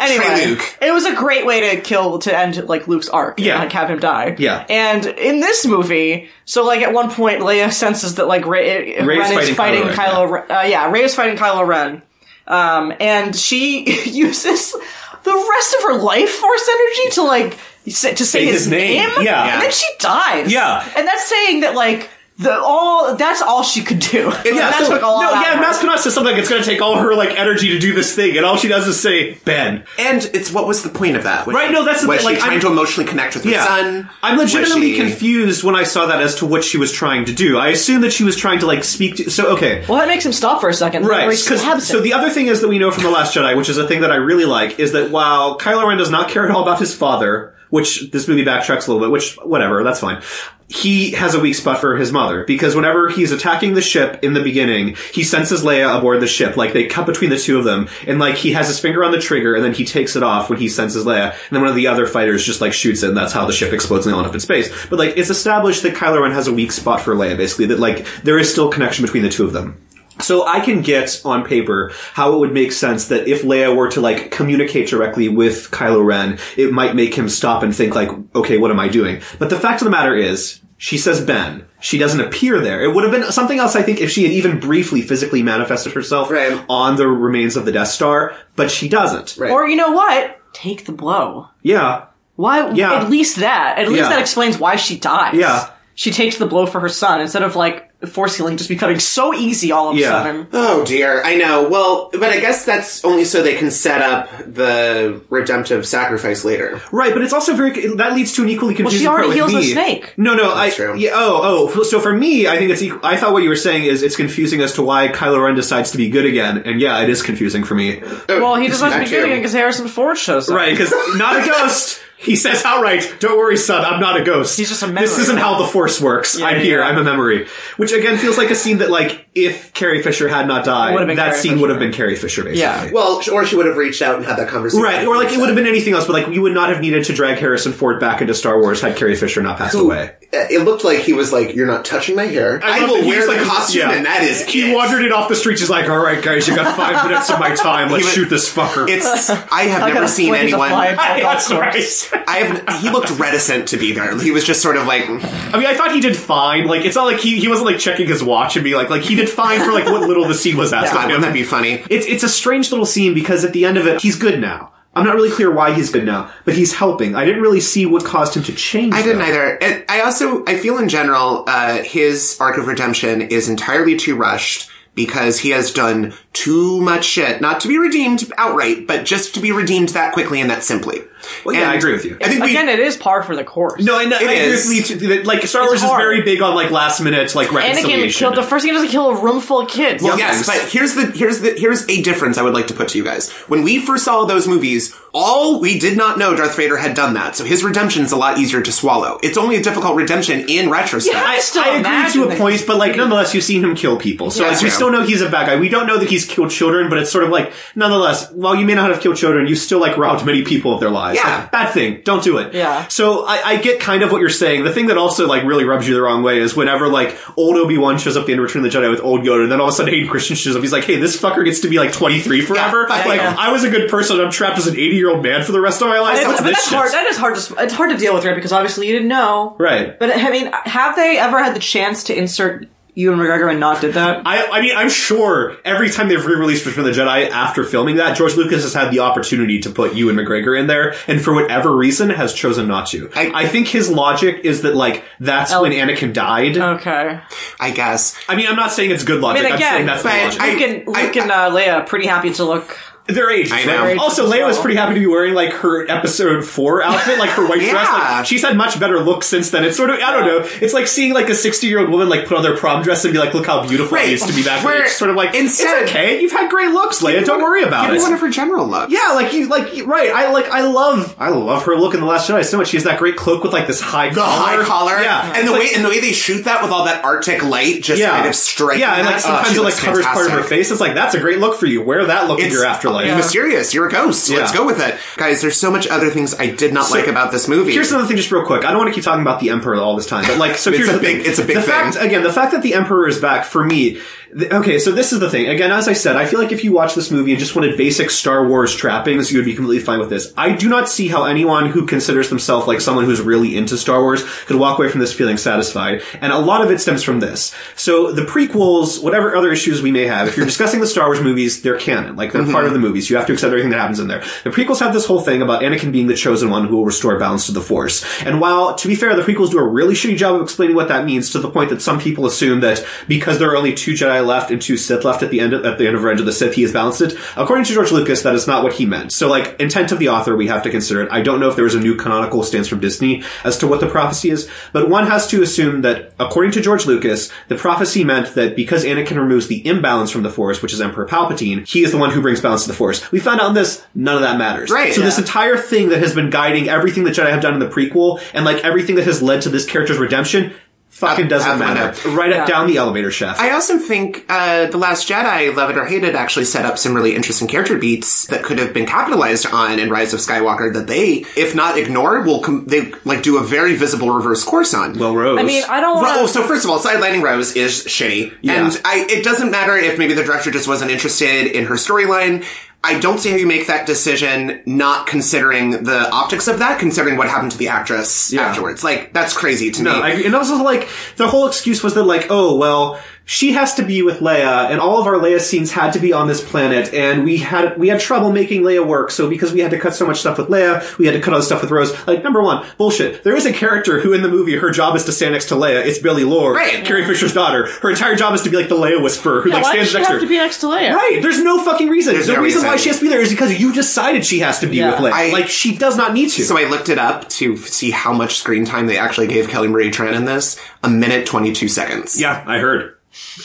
S1: Anyway,
S2: Quite Luke.
S1: it was a great way to kill to end like Luke's arc. and,
S3: Yeah.
S1: like have him die.
S3: Yeah.
S1: and in this movie, so like at one point, Leia senses that like Ray, Ren
S3: Rey's
S1: is
S3: fighting
S1: fighting
S3: Kylo Ren,
S1: Kylo. Ren, uh, yeah, Ray is fighting Kylo Ren, um, and she uses the rest of her life force energy to like sa- to say his,
S3: his name. Yeah.
S1: and then she dies.
S3: Yeah.
S1: and that's saying that like. The, all that's all she could do.
S3: Yeah,
S1: that
S3: so-
S1: took a lot
S3: no,
S1: out of
S3: yeah,
S1: her.
S3: Maskinot says something like it's going to take all her like energy to do this thing, and all she does is say Ben.
S2: And it's what was the point of that? Was
S3: Right,
S2: she-
S3: no, that's the
S2: was
S3: thing,
S2: she
S3: like,
S2: trying
S3: I'm-
S2: to emotionally connect with her son?
S3: I'm legitimately
S2: Was she-
S3: confused when I saw that as to what she was trying to do. I assumed that she was trying to like speak to. So okay.
S1: Well, that makes him stop for a second.
S3: Right,
S1: Where he
S3: 'cause-
S1: stabs
S3: so
S1: him.
S3: the other thing is that we know from the Last Jedi, which is a thing that I really like, is that while Kylo Ren does not care at all about his father, which this movie backtracks a little bit, which whatever, that's fine. He has a weak spot for his mother because whenever he's attacking the ship in the beginning, he senses Leia aboard the ship. Like they cut between the two of them, and like he has his finger on the trigger, and then he takes it off when he senses Leia. And then one of the other fighters just like shoots it, and that's how the ship explodes and they all end up in space. But like it's established that Kylo Ren has a weak spot for Leia, basically that like there is still connection between the two of them. So I can get on paper how it would make sense that if Leia were to like communicate directly with Kylo Ren, it might make him stop and think like, okay, what am I doing? But the fact of the matter is, she says Ben. She doesn't appear there. It would have been something else, I think, if she had even briefly physically manifested herself
S2: Right.
S3: on the remains of the Death Star, but she doesn't.
S2: Right.
S1: or you know what? Take the blow.
S3: Yeah.
S1: Why?
S3: Yeah.
S1: At least that. At least
S3: Yeah.
S1: that explains why she dies.
S3: Yeah.
S1: She takes the blow for her son instead of like force healing just becoming so easy all of a
S3: Yeah.
S1: sudden.
S2: Oh dear, I know. Well, but I guess that's only so they can set up the redemptive sacrifice later.
S3: Right, but it's also very that leads to an equally confusing.
S1: already
S3: part with
S1: heals the
S3: me.
S1: snake.
S3: No, no, I
S2: true.
S3: yeah. Oh, oh. So for me, I think it's. equ- I thought what you were saying is it's confusing as to why Kylo Ren decides to be good again, and yeah, it is confusing for me.
S1: Well, he decides to be
S2: Actually,
S1: good again because Harrison Ford shows up.
S3: Right, because not a ghost. He says outright, "Don't worry, son. I'm not a ghost.
S1: He's just a memory.
S3: This isn't how the Force works. I'm
S1: yeah,
S3: here.
S1: yeah.
S3: I'm a memory." Which again feels like a scene that, like, if Carrie Fisher had not died,
S1: Would've been
S3: that
S1: Carrie
S3: scene
S1: Fisher.
S3: would have been Carrie Fisher, basically.
S1: Yeah.
S2: Well, sh- or she would have reached out and had that conversation.
S3: Right, or like it would have been anything else, but like you would not have needed to drag Harrison Ford back into Star Wars had Carrie Fisher not passed away.
S2: Uh, It looked like he was like, "You're not touching my hair. I,
S3: love that
S2: will
S3: he
S2: wear
S3: was
S2: the
S3: like-
S2: costume,
S3: yeah.
S2: and that is
S3: He
S2: it."
S3: wandered in off the street. He's like, "All right, guys, you got five minutes of my time. Let's
S2: was-
S3: shoot this fucker."
S2: It's. I have
S1: Like
S2: never
S1: a
S2: seen
S1: flint is a
S2: anyone.
S1: fly
S2: I
S1: attack on
S3: That's
S1: swords.
S3: right.
S2: have. He looked reticent to be there. He was just sort of like,
S3: I mean, I thought he did fine. Like, it's not like he, he wasn't like checking his watch and be like, like he did fine for like what little the scene was asked
S2: "God,
S3: of him.
S2: wouldn't that be funny?"
S3: It's it's a strange little scene because at the end of it, he's good now. I'm not really clear why he's good now, but he's helping. I didn't really see what caused him to change.
S2: I didn't either. And I also I feel in general uh, his arc of redemption is entirely too rushed because he has done too much shit, not to be redeemed outright, but just to be redeemed that quickly and that simply.
S3: Well, yeah, I agree with you.
S2: I think we.
S1: Again, it is par for the course.
S3: No, and I agree
S2: is.
S3: with you too, that, like Star Wars
S1: hard.
S3: is very big on like last minute like reconciliation.
S1: Anakin killed the first thing he does is kill a room full of kids.
S2: Yes, but here's the here's the here's a difference I would like to put to you guys. When we first saw those movies, all we did not know Darth Vader had done that, so his redemption's a lot easier to swallow. It's only a difficult redemption in retrospect.
S1: Yeah. I still
S3: agree
S1: imagine
S3: to a
S1: that
S3: point,
S1: he's-
S3: but like nonetheless, you've seen him kill people, so
S1: Yeah.
S3: like, we
S2: Yeah.
S3: still know he's a bad guy. We don't know that he's killed children, but it's sort of like nonetheless, while you may not have killed children, you still like robbed many people of their lives.
S2: Yeah.
S3: Like, bad thing. Don't do it.
S1: Yeah.
S3: So I, I get kind of what you're saying. The thing that also like really rubs you the wrong way is whenever like old Obi Wan shows up at the end of Return of the Jedi with old Yoda, and then all of a sudden Hayden Christian shows up. He's like, hey, this fucker gets to be like 23 forever.
S2: Yeah.
S3: like
S1: Yeah.
S3: I was a good person. I'm trapped as an 80 year old man for the rest of my life.
S1: But,
S3: What's
S1: but
S3: this
S1: that's
S3: shit?
S1: hard. That is hard to it's hard to deal with, right? Because obviously you didn't know.
S3: Right.
S1: But I mean, have they ever had the chance to insert Ewan McGregor and not did that?
S3: I, I mean, I'm sure every time they've re-released Return of the Jedi after filming that, George Lucas has had the opportunity to put Ewan McGregor in there, and for whatever reason has chosen not to.
S2: I-
S3: I, think his logic is that like that's when Anakin died.
S1: Okay.
S2: I guess.
S3: I mean, I'm not saying it's good logic. I
S1: uh, mean,
S3: am saying
S1: again,
S3: that's the
S2: but
S3: logic.
S2: I-
S1: Luke and,
S2: I-
S1: Luke and uh, Leia pretty happy to look.
S3: Their ages.
S2: I know.
S3: Right? Also,
S1: Their
S3: Leia
S1: ages as
S3: was
S1: well.
S3: pretty happy to be wearing like her episode four outfit, like her white
S2: Yeah.
S3: dress. Like she's had much better looks since then. It's sort of I don't know. It's like seeing like a sixty year old woman like put on their prom dress and be like, look how beautiful
S2: Right.
S3: I used to be back.
S2: Where
S3: then. It's sort of like
S2: instead-
S3: it's okay. You've had great looks, Leia. Don't worry about
S2: Give
S3: it.
S2: me one of her general looks.
S3: Yeah, like you, like you- right. I like, I love, I love her look in the Last Jedi so much. She has that great cloak with like this high,
S2: The
S3: collar.
S2: high collar,
S3: yeah,
S2: and the way and the way they shoot that with all that Arctic light, just
S3: yeah,
S2: kind of striking.
S3: yeah, and
S2: that,
S3: like
S2: oh,
S3: sometimes
S2: she
S3: it like
S2: looks
S3: covers part of her
S2: fantastic.
S3: face. It's like that's a great look for you. Wear that look in
S2: It's- uh,
S3: your afterlife.
S1: yeah.
S2: Mysterious, you're a ghost. Let's
S3: Yeah.
S2: go with it, guys. There's so much other things I did not like about this movie.
S3: Here's another thing, just real quick. I don't want to keep talking about the Emperor all this time, but like, so
S2: It's
S3: here's
S2: a
S3: the
S2: big-
S3: thing.
S2: it's a big
S3: the
S2: thing.
S3: Fact, again, the fact that the Emperor is back for me. th- okay, so this is the thing. Again, as I said, I feel like if you watch this movie and just wanted basic Star Wars trappings, you would be completely fine with this. I do not see how anyone who considers themselves like someone who's really into Star Wars could walk away from this feeling satisfied. And a lot of it stems from this. So the prequels, whatever other issues we may have, if you're discussing the Star Wars movies, they're canon. Like they're
S2: Mm-hmm.
S3: part of the movies. You have to accept everything that happens in there. The prequels have this whole thing about Anakin being the chosen one who will restore balance to the Force. And while, to be fair, the prequels do a really shitty job of explaining what that means to the point that some people assume that because there are only two Jedi left and two Sith left at the end of, at the end of Revenge of the Sith, he has balanced it. According to George Lucas, that is not what he meant. So, like, intent of the author, we have to consider it. I don't know if there is a new canonical stance from Disney as to what the prophecy is, but one has to assume that, according to George Lucas, the prophecy meant that because Anakin removes the imbalance from the Force, which is Emperor Palpatine, he is the one who brings balance to the Force. We found out in this, none of that matters.
S2: Right.
S3: So this
S2: Yeah.
S3: entire thing that has been guiding everything that Jedi have done in the prequel, and like everything that has led to this character's redemption, fucking
S2: Out- out
S3: doesn't
S2: the
S3: matter. Right up down the elevator shaft.
S2: I also think uh, The Last Jedi, love it or hate it, actually set up some really interesting character beats that could have been capitalized on in Rise of Skywalker that they, if not ignored, will com- they like do a very visible reverse course on.
S3: well, Rose.
S1: I mean, I don't want.
S2: Oh, so first of all, sidelining Rose is shitty,
S3: Yeah.
S2: and I, it doesn't matter if maybe the director just wasn't interested in her storyline. I don't see how you make that decision not considering the optics of that, considering what happened to the actress
S3: Yeah.
S2: afterwards. Like that's crazy to
S3: No,
S2: me.
S3: I, agree. and also like the whole excuse was that like, oh well, she has to be with Leia, and all of our Leia scenes had to be on this planet, and we had we had trouble making Leia work. So because we had to cut so much stuff with Leia, we had to cut all the stuff with Rose. Like number one, bullshit. There is a character who in the movie her job is to stand next to Leia. It's Billy Lord,
S2: Right.
S3: Carrie Fisher's daughter. Her entire job is to be like the Leia whisperer who
S1: Yeah,
S3: like
S1: why does
S3: stands
S1: she
S3: next to
S1: have
S3: her.
S1: to be next to Leia?
S3: Right, there's no fucking reason.
S2: There's
S3: the
S2: no
S3: reason, why
S2: reason.
S3: she has to be there is because you decided she has to be
S1: Yeah.
S3: with Leia.
S2: I-
S3: like she does not need to.
S2: So I looked it up to see how much screen time they actually gave Kelly Marie Tran in this. A minute 22 seconds.
S3: yeah, I heard.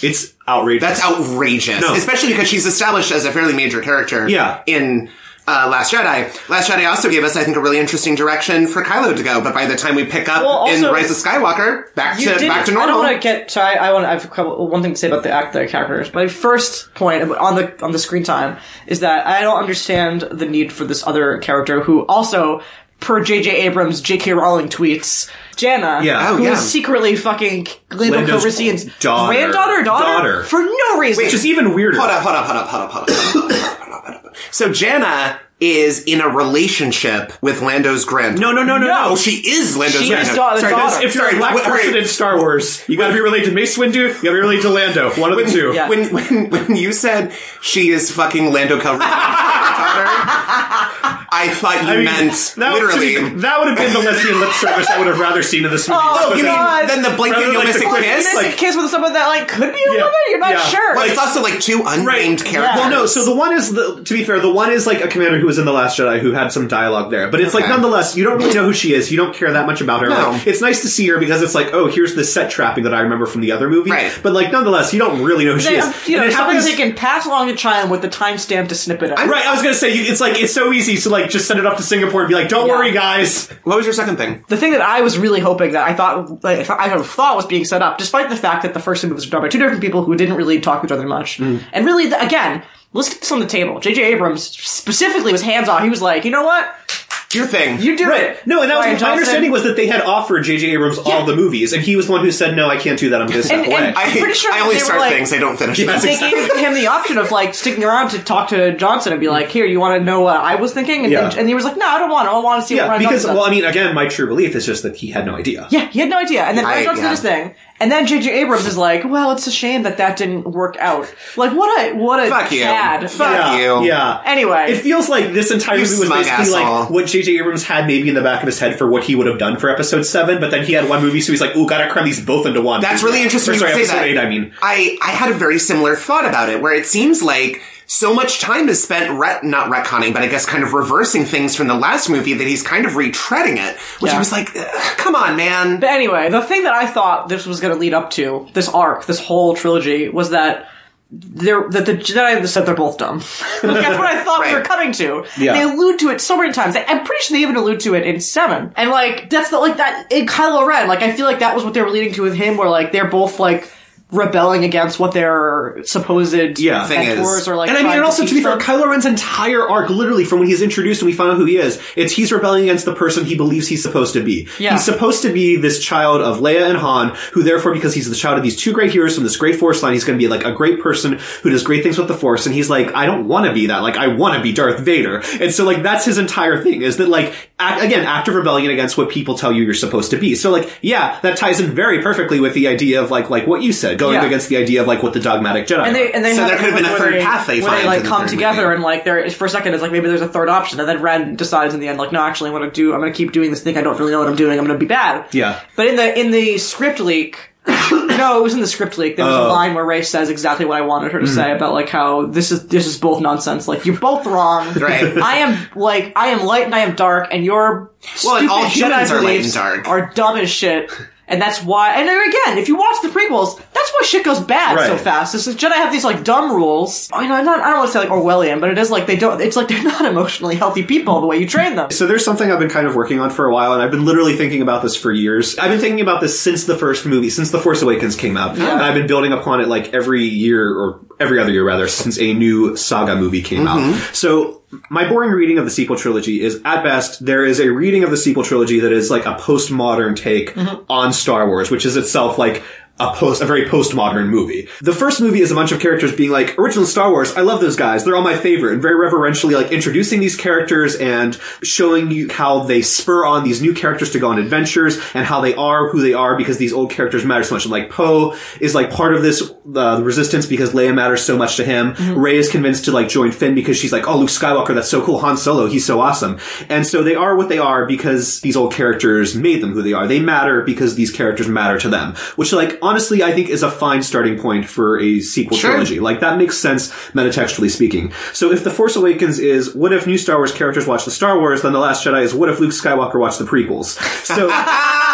S3: It's outrageous.
S2: That's outrageous.
S3: No.
S2: Especially because she's established as a fairly major character
S3: Yeah.
S2: in uh, Last Jedi. Last Jedi also gave us, I think, a really interesting direction for Kylo to go, but by the time we pick up
S1: Well,
S2: in
S1: also-
S2: Rise of Skywalker, back
S1: You
S2: to
S1: did-
S2: back to
S1: I
S2: normal.
S1: don't want to get. Sorry, I want. I have a couple, one thing to say about the act, the characters. My first point on the on the screen time is that I don't understand the need for this other character who also, per J.J. Abrams, J.K. Rowling tweets, Jana,
S3: Yeah. Oh,
S1: who
S2: yeah.
S1: is secretly fucking Lando
S3: Lando's
S1: Calrissian's
S3: daughter.
S1: granddaughter, daughter,
S3: Daughter.
S1: for no reason.
S3: which is even weirder.
S2: Hold up, hold up, hold up, hold up, hold up, hold up, hold up, hold up, hold up. So Janna is in a relationship with Lando's grand.
S3: No, no, no,
S1: No.
S3: no, no.
S2: Oh, she is Lando's
S1: She
S2: grand.
S1: is da- the
S2: Sorry,
S1: daughter.
S3: If you're a black
S2: wait, wait.
S3: person in Star Wars, you gotta be related to Mace Windu, you gotta be related to Lando. One of the two.
S1: yeah.
S2: when when when you said she is fucking Lando Calrissian's daughter, I thought you
S3: I mean,
S2: meant
S3: that,
S2: literally.
S3: to be- that would have been the lesbian lip service I would have rather seen in this movie.
S1: Oh,
S2: oh,
S3: But
S2: you
S3: then-
S1: God.
S2: mean then the blanket
S3: Rather
S2: you'll
S3: like
S2: miss
S3: the
S2: a
S3: quick
S2: kiss?
S1: Miss
S3: like-
S1: a kiss with someone that like could be a
S3: Yeah,
S1: woman. You're not
S3: yeah.
S1: sure.
S2: Well, it's also like two unnamed characters.
S3: Well, no. So the one is the, to be fair, the one is like a commander who was in the Last Jedi who had some dialogue there, but it's like
S2: Okay.
S3: nonetheless, you don't really know who she is. You don't care that much about her.
S2: No.
S3: Like, it's nice to see her because it's like, oh, here's the set trapping that I remember from the other movie.
S2: Right.
S3: But like nonetheless, you don't really know who she
S1: They-
S3: is.
S1: you
S3: And
S1: know,
S3: it
S1: something
S3: happens-
S1: they can pass along to China with the timestamp to snip it out.
S3: Right, I was gonna say you- it's like it's so easy to like just send it off to Singapore and be like, "Don't
S1: Yeah.
S3: worry, guys."
S2: what was your second thing?
S1: the thing that I was really hoping that I thought like, I have thought was being set up, despite the fact that the first two movies were done by two different people who didn't really talk to each other much,
S3: Mm.
S1: and really th- again, let's get this on the table. J.J. Abrams specifically was hands off. He was like, you know what?
S2: your thing.
S1: You do
S3: Right.
S1: it.
S3: No, and that was
S1: Ryan
S3: my
S1: Johnson.
S3: understanding was that they had offered J.J. Abrams all the movies, and he was the one who said, "No, I can't do that. I'm going to step
S1: And-
S3: away."
S1: and-
S2: I,
S1: Pretty sure
S2: I only
S1: they were
S2: start
S1: like-
S2: things, I don't finish
S3: Yeah.
S2: them.
S1: they gave him the option of like sticking around to talk to Johnson and be like, "Here, you want to know what I was thinking?" And,
S3: Yeah.
S1: and, he was like, "No, I don't want to. I want to see what
S3: yeah,
S1: Ryan
S3: because
S1: Johnson
S3: well,
S1: does."
S3: I mean, again, my true belief is just that he had no idea.
S1: yeah, he had no idea. And then
S2: I-
S1: Ryan Johnson
S2: yeah.
S1: did his thing, and then J.J. Abrams is like, "Well, it's a shame that that didn't work out. Like, what a what a
S2: Fuck you.
S1: cad.
S2: Fuck
S1: Yeah.
S3: yeah,
S2: you.
S3: yeah.
S1: Anyway.
S3: it feels like this entire
S2: You
S3: movie was
S2: smug
S3: basically
S2: asshole.
S3: like what J.J. Abrams had maybe in the back of his head for what he would have done for Episode Seven, but then he had one movie, so he's like, "Oh, gotta cram these both into one."
S2: That's really interesting
S3: Or,
S2: you
S3: sorry,
S2: say
S3: Episode
S2: that.
S3: Eight, I mean.
S2: I, I had a very similar thought about it, where it seems like so much time is spent ret- not retconning, but I guess kind of reversing things from the last movie that he's kind of retreading it, which
S1: Yeah.
S2: I was like, "Ugh, come on, man.
S1: But anyway, the thing that I thought this was going to lead up to, this arc, this whole trilogy, was that they're that the Jedi said they're both dumb. Like, that's what I thought we were
S2: Right.
S1: coming to.
S3: Yeah.
S1: They allude to it so many times. I'm pretty sure they even allude to it in seven. And like that's the like that in Kylo Ren. Like I feel like that was what they were leading to with him, where like they're both like rebelling against what their supposed
S3: Yeah, thing
S2: is-
S1: mentors or like.
S3: and I mean,
S1: trying
S3: and also to be
S1: teach
S3: fair,
S1: them.
S3: Kylo Ren's entire arc, literally from when he's introduced and we find out who he is, it's he's rebelling against the person he believes he's supposed to be.
S1: Yeah.
S3: He's supposed to be this child of Leia and Han, who therefore, because he's the child of these two great heroes from this great Force line, he's going to be like a great person who does great things with the Force. And he's like, I don't want to be that. Like, I want to be Darth Vader. And so, like, that's his entire thing is that like act, again, act of rebellion against what people tell you you're supposed to be. So, like, yeah, that ties in very perfectly with the idea of like like what you said, going
S1: Yeah.
S3: against the idea of like what the dogmatic Jedi.
S1: And they, and they
S2: So
S1: have
S2: there
S1: a
S2: could've been a
S1: moment
S2: third
S1: where they-
S2: path they
S1: where
S2: find
S1: they like
S2: in the
S1: come
S2: third
S1: together
S2: movie.
S1: and like there for a second it's like maybe there's a third option and then Ren decides in the end like no actually I'm gonna do I'm gonna keep doing this thing I don't really know what I'm doing I'm gonna be bad
S3: Yeah.
S1: but in the in the script leak no it was in the script leak there was
S2: Oh.
S1: a line where Ray says exactly what I wanted
S2: Mm-hmm.
S1: her to say about like how this is this is both nonsense like you're both wrong
S2: Right.
S1: I am like I am light and I am dark and your
S2: Well,
S1: stupid
S2: and all humans
S1: Jedi
S2: are light and
S1: beliefs
S2: dark.
S1: are dumb as shit. And that's why, and then again, if you watch the prequels, that's why shit goes bad so
S3: Right.
S1: fast. This is Jedi have these like dumb rules. I know, I'm not, I don't want to say like Orwellian, but it is like they don't. It's like they're not emotionally healthy people the way you train them.
S3: So there's something I've been kind of working on for a while, and I've been literally thinking about this for years. I've been thinking about this since the first movie, since The Force Awakens came out, and I've been building upon it like every year or every other year rather since a new saga movie came out. So my boring reading of the sequel trilogy is at best there is a reading of the sequel trilogy that is like a postmodern take on Star Wars, which is itself like a post, a very postmodern movie. The first movie is a bunch of characters being like, original Star Wars, I love those guys, they're all my favorite, and very reverentially like introducing these characters and showing you how they spur on these new characters to go on adventures and how they are who they are because these old characters matter so much. And like Poe is like part of this, uh, the resistance because Leia matters so much to him. Rey is convinced to like join Finn because she's like, oh, Luke Skywalker, that's so cool, Han Solo, he's so awesome. And so they are what they are because these old characters made them who they are. They matter because these characters matter to them. Which, like, honestly, I think is a fine starting point for a sequel
S2: Sure.
S3: trilogy. Like, that makes sense metatextually speaking. So if The Force Awakens is, what if new Star Wars characters watch the Star Wars, then The Last Jedi is, what if Luke Skywalker watched the prequels? So.
S1: uh,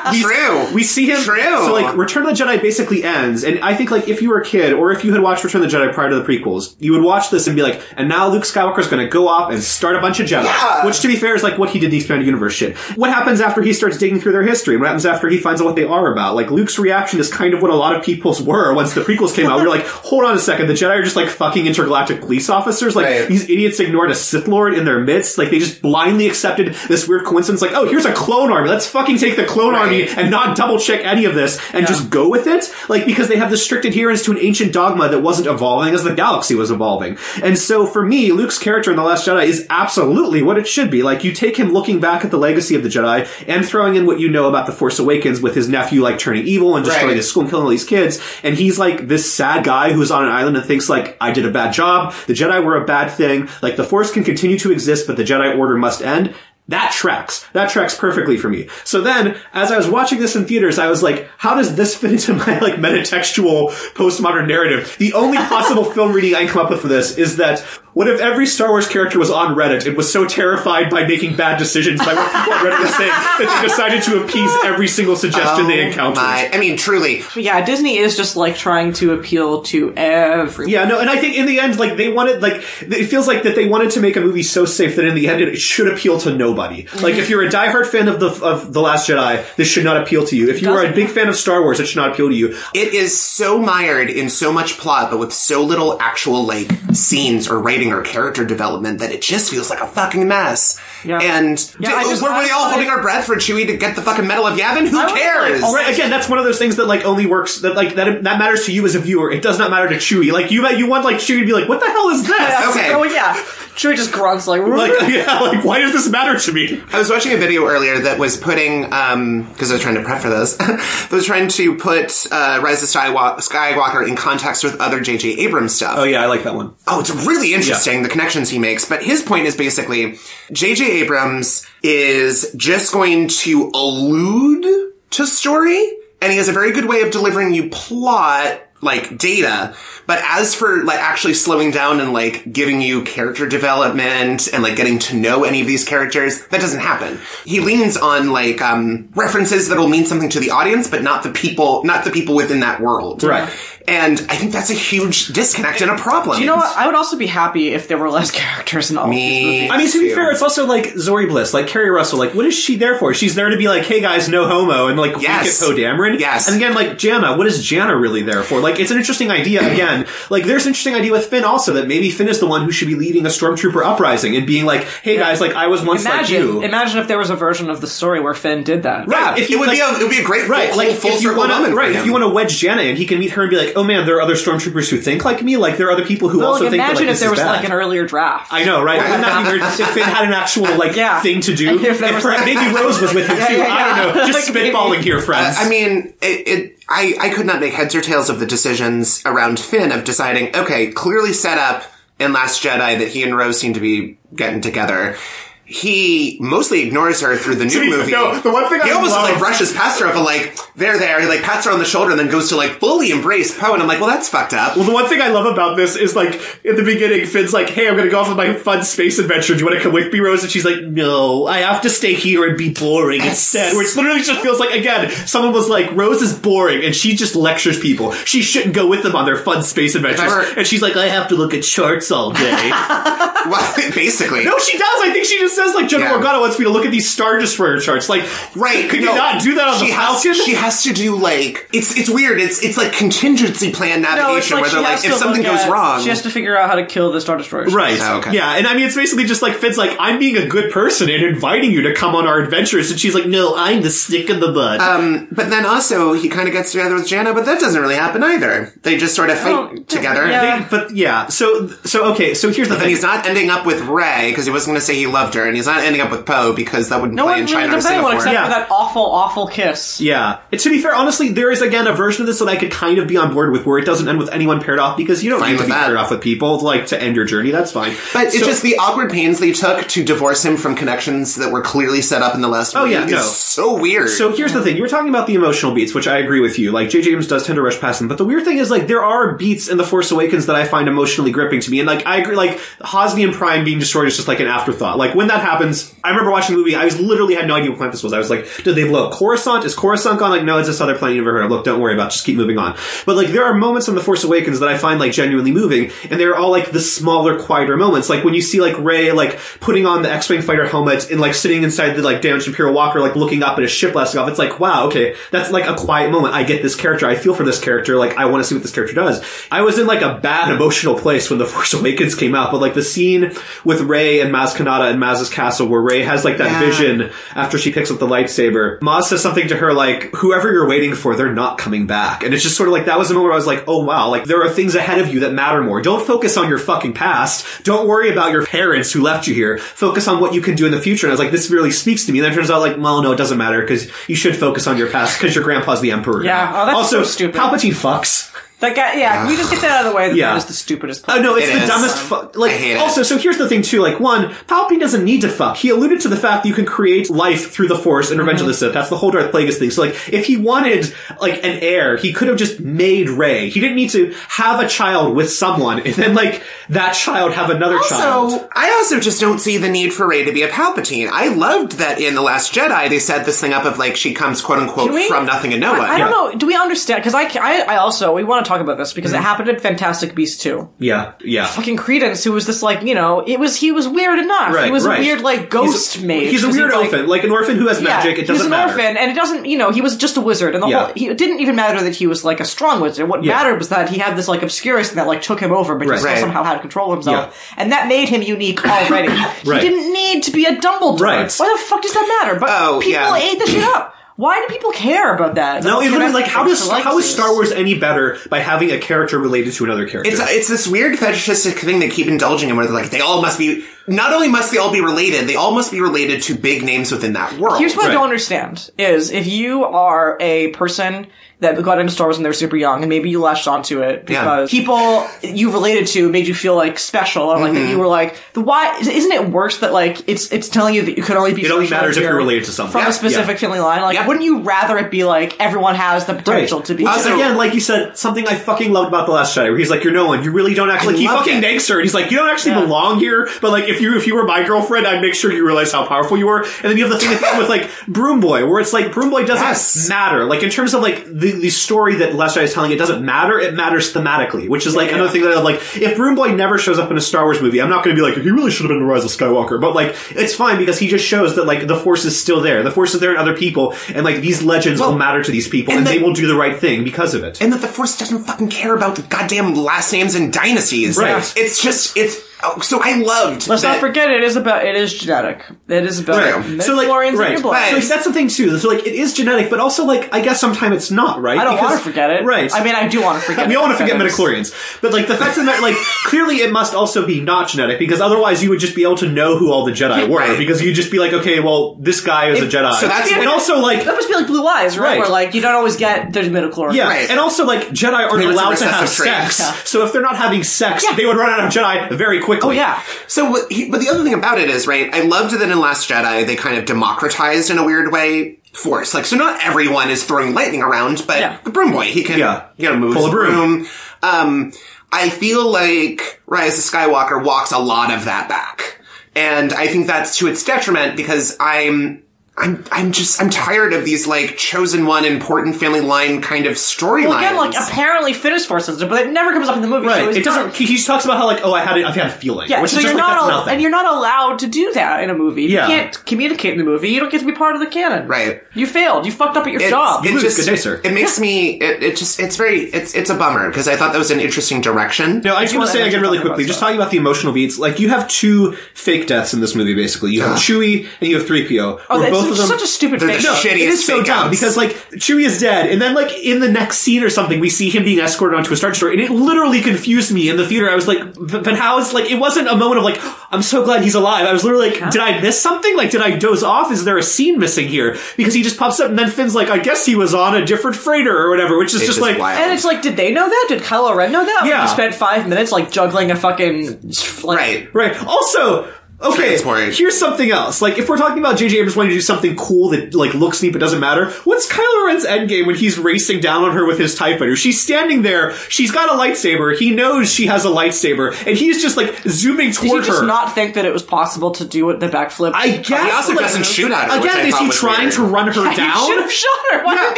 S2: Ah, true.
S3: We see him.
S2: True.
S3: So like, Return of the Jedi basically ends, and I think like if you were a kid or if you had watched Return of the Jedi prior to the prequels, you would watch this and be like, and now Luke Skywalker's going to go off and start a bunch of Jedi,
S2: Yeah.
S3: which to be fair is like what he did in the Expanded Universe shit. What happens after he starts digging through their history? What happens after he finds out what they are about? Like Luke's reaction is kind of what a lot of people's were once the prequels came out. We were like, hold on a second, the Jedi are just like fucking intergalactic police officers. Like
S2: Right.
S3: these idiots ignored a Sith Lord in their midst. Like they just blindly accepted this weird coincidence. Like, oh, here's a clone army. Let's fucking take the clone
S2: Right.
S3: army and not double check any of this and just go with it. Like, because they have this strict adherence to an ancient dogma that wasn't evolving as the galaxy was evolving. And so for me, Luke's character in The Last Jedi is absolutely what it should be. Like, you take him looking back at the legacy of the Jedi and throwing in what you know about The Force Awakens with his nephew, like, turning evil and destroying
S2: Right.
S3: his school and killing all these kids. And he's like this sad guy who's on an island and thinks, like, I did a bad job. The Jedi were a bad thing. Like, the Force can continue to exist, but the Jedi Order must end. That tracks. That tracks perfectly for me. So then, as I was watching this in theaters, I was like, how does this fit into my like metatextual postmodern narrative? The only possible film reading I can come up with for this is that what if every Star Wars character was on Reddit and was so terrified by making bad decisions by what people on Reddit was saying that they decided to appease every single suggestion they
S2: Oh
S3: encountered?
S2: my- I mean, truly.
S1: But yeah, Disney is just like trying to appeal to everyone.
S3: Yeah, no, and I think in the end, like they wanted, like it feels like that they wanted to make a movie so safe that in the end it should appeal to nobody. Like if you're a diehard fan of the of the Last Jedi, this should not appeal to you. If you are a big fan of Star Wars, it should not appeal to you.
S2: It is so mired in so much plot, but with so little actual, like, scenes or writing writing or character development that it just feels like a fucking mess.
S1: Yeah.
S2: And
S1: Yeah, I
S2: d-
S1: just-
S2: were we
S1: I-
S2: all
S1: I-
S2: holding our breath for Chewie to get the fucking medal of Yavin? Who
S1: I was like,
S2: cares?
S1: all
S3: Right, again, that's one of those things that like only works that like that that matters to you as a viewer. It does not matter to Chewie. Like you, you want like Chewie to be like, "What the hell is this?"
S2: Okay.
S1: Oh yeah. Chewie just grunts like.
S3: Like, yeah, like why does this matter to me?
S2: I was watching a video earlier that was putting, because I was trying to prep for this, that was trying to put uh, Rise of Skywa- Skywalker in context with other J.J. Abrams stuff.
S3: Oh yeah, I like that one.
S2: Oh, it's really interesting the connections he makes. But his point is basically J.J. Abrams is just going to allude to story, and he has a very good way of delivering you plot like data but as for like actually slowing down and like giving you character development and like getting to know any of these characters that doesn't happen he leans on like um references that'll mean something to the audience but not the people not the people within that world
S3: Right.
S2: and i think that's a huge disconnect and a problem
S1: You know what? I would also be happy if there were less characters in all these movies.
S2: Me.
S3: I mean, to be fair, it's also like Zori Bliss, like Carrie Russell. Like, what is she there for? She's there to be like, "Hey guys, no homo," and like
S2: Yes.
S3: wink at Poe Dameron.
S2: Yes.
S3: And again, like Janna, what is Janna really there for? Like, it's an interesting idea. Again, like there's an interesting idea with Finn also that maybe Finn is the one who should be leading a stormtrooper uprising and being like, "Hey guys, like I was once like
S1: Imagine,
S3: you."
S1: imagine if there was a version of the story where Finn did that.
S3: Right.
S2: Yeah,
S3: If you
S2: it would
S3: like-
S2: be a it would be a great
S3: Right,
S2: full,
S3: like
S2: full
S3: if you
S2: circle
S3: want
S2: moment.
S3: to,
S2: for
S3: right? If
S2: him.
S3: you want to wedge Jenna, and he can meet her and be like, "Oh man, there are other stormtroopers who think like me. Like there are other people who
S1: Well,
S3: also
S1: like,
S3: think that,
S1: imagine
S3: like,
S1: if there was like an
S3: early
S1: earlier draft.
S3: I know, right? Wouldn't that be weird if Finn had an actual like
S1: Yeah.
S3: thing to do?
S1: And if there
S3: And
S1: was-
S3: perhaps- maybe Rose was with him too.
S1: yeah,
S3: I don't know.
S1: yeah.
S3: Just
S1: Like, maybe-
S3: spitballing here, friends.
S2: I mean, it, it I I could not make heads or tails of the decisions around Finn of deciding. Okay, clearly set up in Last Jedi that he and Rose seem to be getting together. He mostly ignores her through the new
S3: be-
S2: movie.
S3: no, the one thing
S2: he
S3: I
S2: almost
S3: love-
S2: like rushes past her up and like there, there. He like pats her on the shoulder and then goes to like fully embrace Poe, and I'm like, well, that's fucked up.
S3: Well, the one thing I love about this is like in the beginning, Finn's like, "Hey, I'm going to go off on my fun space adventure. Do you want to come with me, Rose?" And she's like, "No, I have to stay here and be boring instead." Which literally just feels like again, someone was like, "Rose is boring," and she just lectures people. She shouldn't go with them on their fun space adventures.
S2: were-
S3: and she's like, "I have to look at charts all day."
S2: Well, basically,
S3: no, she does. I think she just says like, "General
S2: Yeah.
S3: Organa wants me to look at these star destroyer charts." Like,
S2: Right.
S3: Could
S2: no.
S3: you not do that on
S2: she
S3: the
S2: has,
S3: Falcon?
S2: She has to do like it's it's weird. It's it's like contingency plan
S1: No, it's
S2: navigation
S1: like
S2: where
S1: she
S2: they're
S1: has to
S2: like if something
S1: look
S2: goes
S1: at-
S2: wrong.
S1: she has to figure out how to kill the Star Destroyer.
S3: Right.
S2: Oh, okay.
S3: Yeah, and I mean, it's basically just like Finn's like, I'm being a good person and inviting you to come on our adventures, and she's like, No, I'm the stick in the mud.
S2: Um, but then also he kind of gets together with Jana, but that doesn't really happen either. They just sort of
S1: don't-
S2: fight together.
S1: yeah.
S3: but yeah, so so okay, so here's the
S2: And
S3: thing.
S2: he's not ending up with Ray because he wasn't going to say he loved her, and he's not ending up with Poe because that wouldn't
S1: No
S2: play
S1: one
S2: in
S1: really
S2: China or
S1: does anyone
S2: Singapore.
S1: except
S3: Yeah.
S1: for that awful, awful kiss.
S3: yeah, and to be fair, honestly, there is again a version of this that I could kind of be on board with, where it doesn't end with anyone paired off because you don't
S2: Fine
S3: need to
S2: with
S3: be
S2: that.
S3: paired off with people like to end your journey. That's fine.
S2: But it's
S3: So-
S2: just the awkward pains they took to divorce him from connections that were clearly set up in the last. Oh
S3: yeah,
S2: is
S3: no.
S2: so weird.
S3: So here's the thing: you were talking about the emotional beats, which I agree with you. Like J.J. Abrams does tend to rush past them, but the weird thing is, like, there are beats in the Force Awakens that I find emotionally gripping to me, and like I agree, like Hosnian Prime being destroyed is just like an afterthought. Like when that happens, I remember watching the movie, I was literally had no idea what planet this was. I was like, did they blow up Coruscant? Is Coruscant gone? Like, no, it's this other planet you've never heard of. Look, don't worry about, it. just keep moving on. But like, there are moments in the Force Awakens that I find like genuinely moving, and they're all like the smaller, quieter moments. Like when you see like Ray like putting on the X-wing fighter helmet and like sitting inside the like Dan Shapiro walker, like looking up at a ship blasting off. It's like, wow, okay, that's like a quiet moment. I get this character. I feel for this character. Like I want to see what this character does. I was in like a bad emotional place when the Force Awakens came out, but like the scene with Ray and Maz Kanata and Maz's castle, where Ray has like that
S2: Yeah.
S3: vision after she picks up the lightsaber. Maz says something to her like, "Whoever you're waiting for, they're not coming back." And it's just sort of like that was a moment where I was like, "Oh wow, like there are things ahead of you that matter more. Don't focus on your fucking past. Don't worry about your parents who left you here. Focus on what you can do in the future." And I was like, "This really speaks to me." And then it turns out like, "Well, no, it doesn't matter because you should focus on your past because your grandpa's the emperor."
S1: Yeah.
S3: now."
S1: Oh, that's
S3: also
S1: so stupid.
S3: Palpatine fucks.
S1: That guy, yeah, can we just get that out of the way? That,
S3: Yeah.
S1: that is the stupidest
S3: Oh
S1: part.
S3: no, it's
S2: It
S3: the
S2: is.
S3: dumbest fuck. Like
S2: I hate it.
S3: also, so here's the thing too. Like one, Palpatine doesn't need to fuck. He alluded to the fact that you can create life through the Force in Revenge of the
S1: Mm-hmm.
S3: Sith. That's the whole Darth Plagueis thing. So like, if he wanted like an heir, he could have just made Rey. He didn't need to have a child with someone and then like that child have another child.
S2: So I also just don't see the need for Ray to be a Palpatine. I loved that in The Last Jedi they set this thing up of like she comes quote unquote
S1: Can we-
S2: from nothing and no one.
S1: I don't know. Do we understand? Because I, ca- I, I also we want to to talk about this because
S3: Mm-hmm.
S1: it happened in Fantastic Beasts 2.
S3: Yeah, yeah.
S1: Fucking Credence, who was this like, you know, it was he was weird enough. he
S3: Right,
S1: was
S3: right.
S1: a weird like ghost mage.
S3: He's a
S1: 'cause
S3: weird
S1: like-
S3: orphan, like an orphan who has
S1: yeah,
S3: magic. It
S1: he was
S3: doesn't
S1: an
S3: matter.
S1: orphan, and it doesn't, you know, he was just a wizard, and the
S3: Yeah.
S1: whole he, it didn't even matter that he was like a strong wizard. What
S3: Yeah.
S1: mattered was that he had this like obscurus that like took him over, but
S3: Right.
S1: he still
S2: Right.
S1: somehow had control of himself, and that made him unique already.
S3: Right.
S1: He didn't need to be a Dumbledore.
S3: Right.
S1: Why the fuck does that matter? But
S2: Oh,
S1: people
S2: yeah.
S1: ate the shit up. Why do people care about that?
S3: No, it
S1: Can
S3: literally
S1: I-
S3: like how does
S1: I like
S3: how is
S1: this.
S3: Star Wars any better by having a character related to another character?
S2: It's, it's this weird fetishistic thing they keep indulging in where they're like, they all must be, not only must they all be related, they all must be related to big names within that world.
S1: Here's what
S3: Right.
S1: I don't understand is if you are a person that got into Star Wars when they were super young and maybe you latched onto it because
S2: Yeah.
S1: people you related to made you feel like special or like
S3: Mm-hmm.
S1: that you were like the why isn't it worse that like it's it's telling you that you could only be
S3: It only
S1: special
S3: matters if
S1: you're
S3: you're related to someone.
S1: from
S3: Yeah,
S1: a specific family line like
S2: Yeah.
S1: wouldn't you rather it be like everyone has the potential to be
S3: Which,
S2: Also-
S3: again, like you said, something I fucking loved about the Last Jedi, where he's like, "You're no one. You really don't actually." Like, he
S2: loved
S3: fucking
S2: it.
S3: nags her, and he's like, "You don't actually
S1: Yeah.
S3: belong here." But like, if you if you were my girlfriend, I'd make sure you realize how powerful you were. And then you have the thing at the end with like Broom Boy, where it's like Broom Boy doesn't
S2: Yes.
S3: matter. Like in terms of like the, the story that Last Jedi is telling, it doesn't matter. It matters thematically, which is like another thing that I love. Like if Broom Boy never shows up in a Star Wars movie, I'm not going to be like, "He really should have been in Rise of Skywalker." But like, it's fine because he just shows that like the Force is still there. The Force is there in other people, and like these legends will matter to these people, and,
S2: and
S3: they
S2: the-
S3: will do the right thing because of it.
S2: and that the Force doesn't fucking care about the goddamn last names and dynasties.
S3: Right.
S2: It's just, it's, oh, so I loved
S1: let's
S2: that,
S1: not forget it is about it is genetic it is about
S2: Right.
S1: so like
S3: right.
S1: your blood.
S3: So like, that's the thing too. So like, it is genetic, but also like, I guess sometimes it's not, right?
S1: I don't want
S3: Because-
S1: to forget it
S3: right?
S1: I mean I do want to forget
S3: we
S1: it,
S3: all want to
S1: but
S3: forget
S1: it's-
S3: metachlorians, but like the fact of the matter, like clearly it must also be not genetic because otherwise you would just be able to know who all the Jedi were
S2: Right.
S3: because you'd just be like, okay, well, this guy is a Jedi.
S2: so that's-
S3: and also like
S1: that must be like blue eyes right,
S3: Right.
S1: where like you don't always get there's midichlorians
S3: Yeah,
S2: Right.
S3: and also like Jedi aren't
S2: They were
S3: allowed to
S2: recessive
S3: have
S2: traits.
S3: sex,
S1: Yeah.
S3: so if they're not having sex,
S1: Yeah.
S3: they would run out of Jedi very quickly.
S1: oh yeah
S2: So, what he- but the other thing about it is, right, I loved that in Last Jedi they kind of democratized in a weird way force. Like, so not everyone is throwing lightning around, but
S1: Yeah.
S2: the broom boy, he can,
S3: Yeah.
S2: you know, move
S3: Pull
S2: his
S3: a broom.
S2: broom. Um, I feel like Rise of Skywalker walks a lot of that back. And I think that's to its detriment because I'm, I'm, I'm just, I'm tired of these like chosen one important family line kind of storylines.
S1: Well, again, like apparently fitness force sensitive, but it never comes up in the movie. So
S3: Right.
S1: it's
S3: It doesn't.
S1: Not,
S3: He, he just talks about how like, oh, I had it, I've had a feeling.
S1: yeah.
S3: Which
S1: So
S3: is
S1: you're
S3: just like,
S1: not,
S3: that's
S1: al-
S3: nothing.
S1: and you're not allowed to do that in a movie. You
S3: Yeah.
S1: can't communicate in the movie. You don't get to be part of the canon.
S2: Right.
S1: You failed. You fucked up at your
S2: It's-
S1: job.
S2: It
S3: lose.
S2: just,
S3: Good day, sir.
S2: It makes me. It, it just. It's very. It's. It's a bummer because I thought that was an interesting direction.
S3: No, I just want to
S1: wanna
S3: say
S1: end
S3: again
S1: up
S3: really
S1: talking about
S3: quickly, just
S1: stuff.
S3: talking about the emotional beats, like you have two fake deaths in this movie basically. You have Chewie and you have 3PO.
S1: Ah. oh, that's
S3: where
S1: such,
S3: both of them
S1: such a stupid
S2: They're
S1: thing.
S2: the
S1: No.
S2: shit-
S3: it
S2: shittiest
S3: is so
S2: fake
S3: dumb
S2: outs.
S3: because like Chewie is dead, and then like in the next scene or something, we see him being escorted onto a star destroyer, and it literally confused me in the theater. I was like, "But, but how is like?" It wasn't a moment of like, "I'm so glad he's alive." I was literally like, "Did I miss something? Like, did I doze off? Is there a scene missing here?" Because he just pops up, and then Finn's like, "I guess he was on a different freighter or whatever," which is
S2: It's
S3: just like,
S2: wild.
S1: And it's like, did they know that? Did Kylo Ren know that? When
S3: Yeah.
S1: He spent five minutes like juggling a fucking like,
S2: right.
S3: Right. Also, okay,
S2: Transport.
S3: here's something else. Like, if we're talking about J.J. Abrams wanting to do something cool that, like, looks neat but doesn't matter, what's Kylo Ren's endgame when he's racing down on her with his TIE fighter? She's standing there, she's got a lightsaber, he knows she has a lightsaber, and he's just, like, zooming
S1: Did you
S3: toward
S1: just
S3: her.
S1: not think that it was possible to do it, the backflip?
S3: I guess.
S2: He also
S3: like,
S2: doesn't shoot at her,
S3: Again,
S2: which I
S3: is
S2: thought
S3: he
S2: was
S3: trying
S2: weird.
S3: to run her
S1: You should
S3: down?
S1: have shot her. Why
S3: Yeah,
S1: did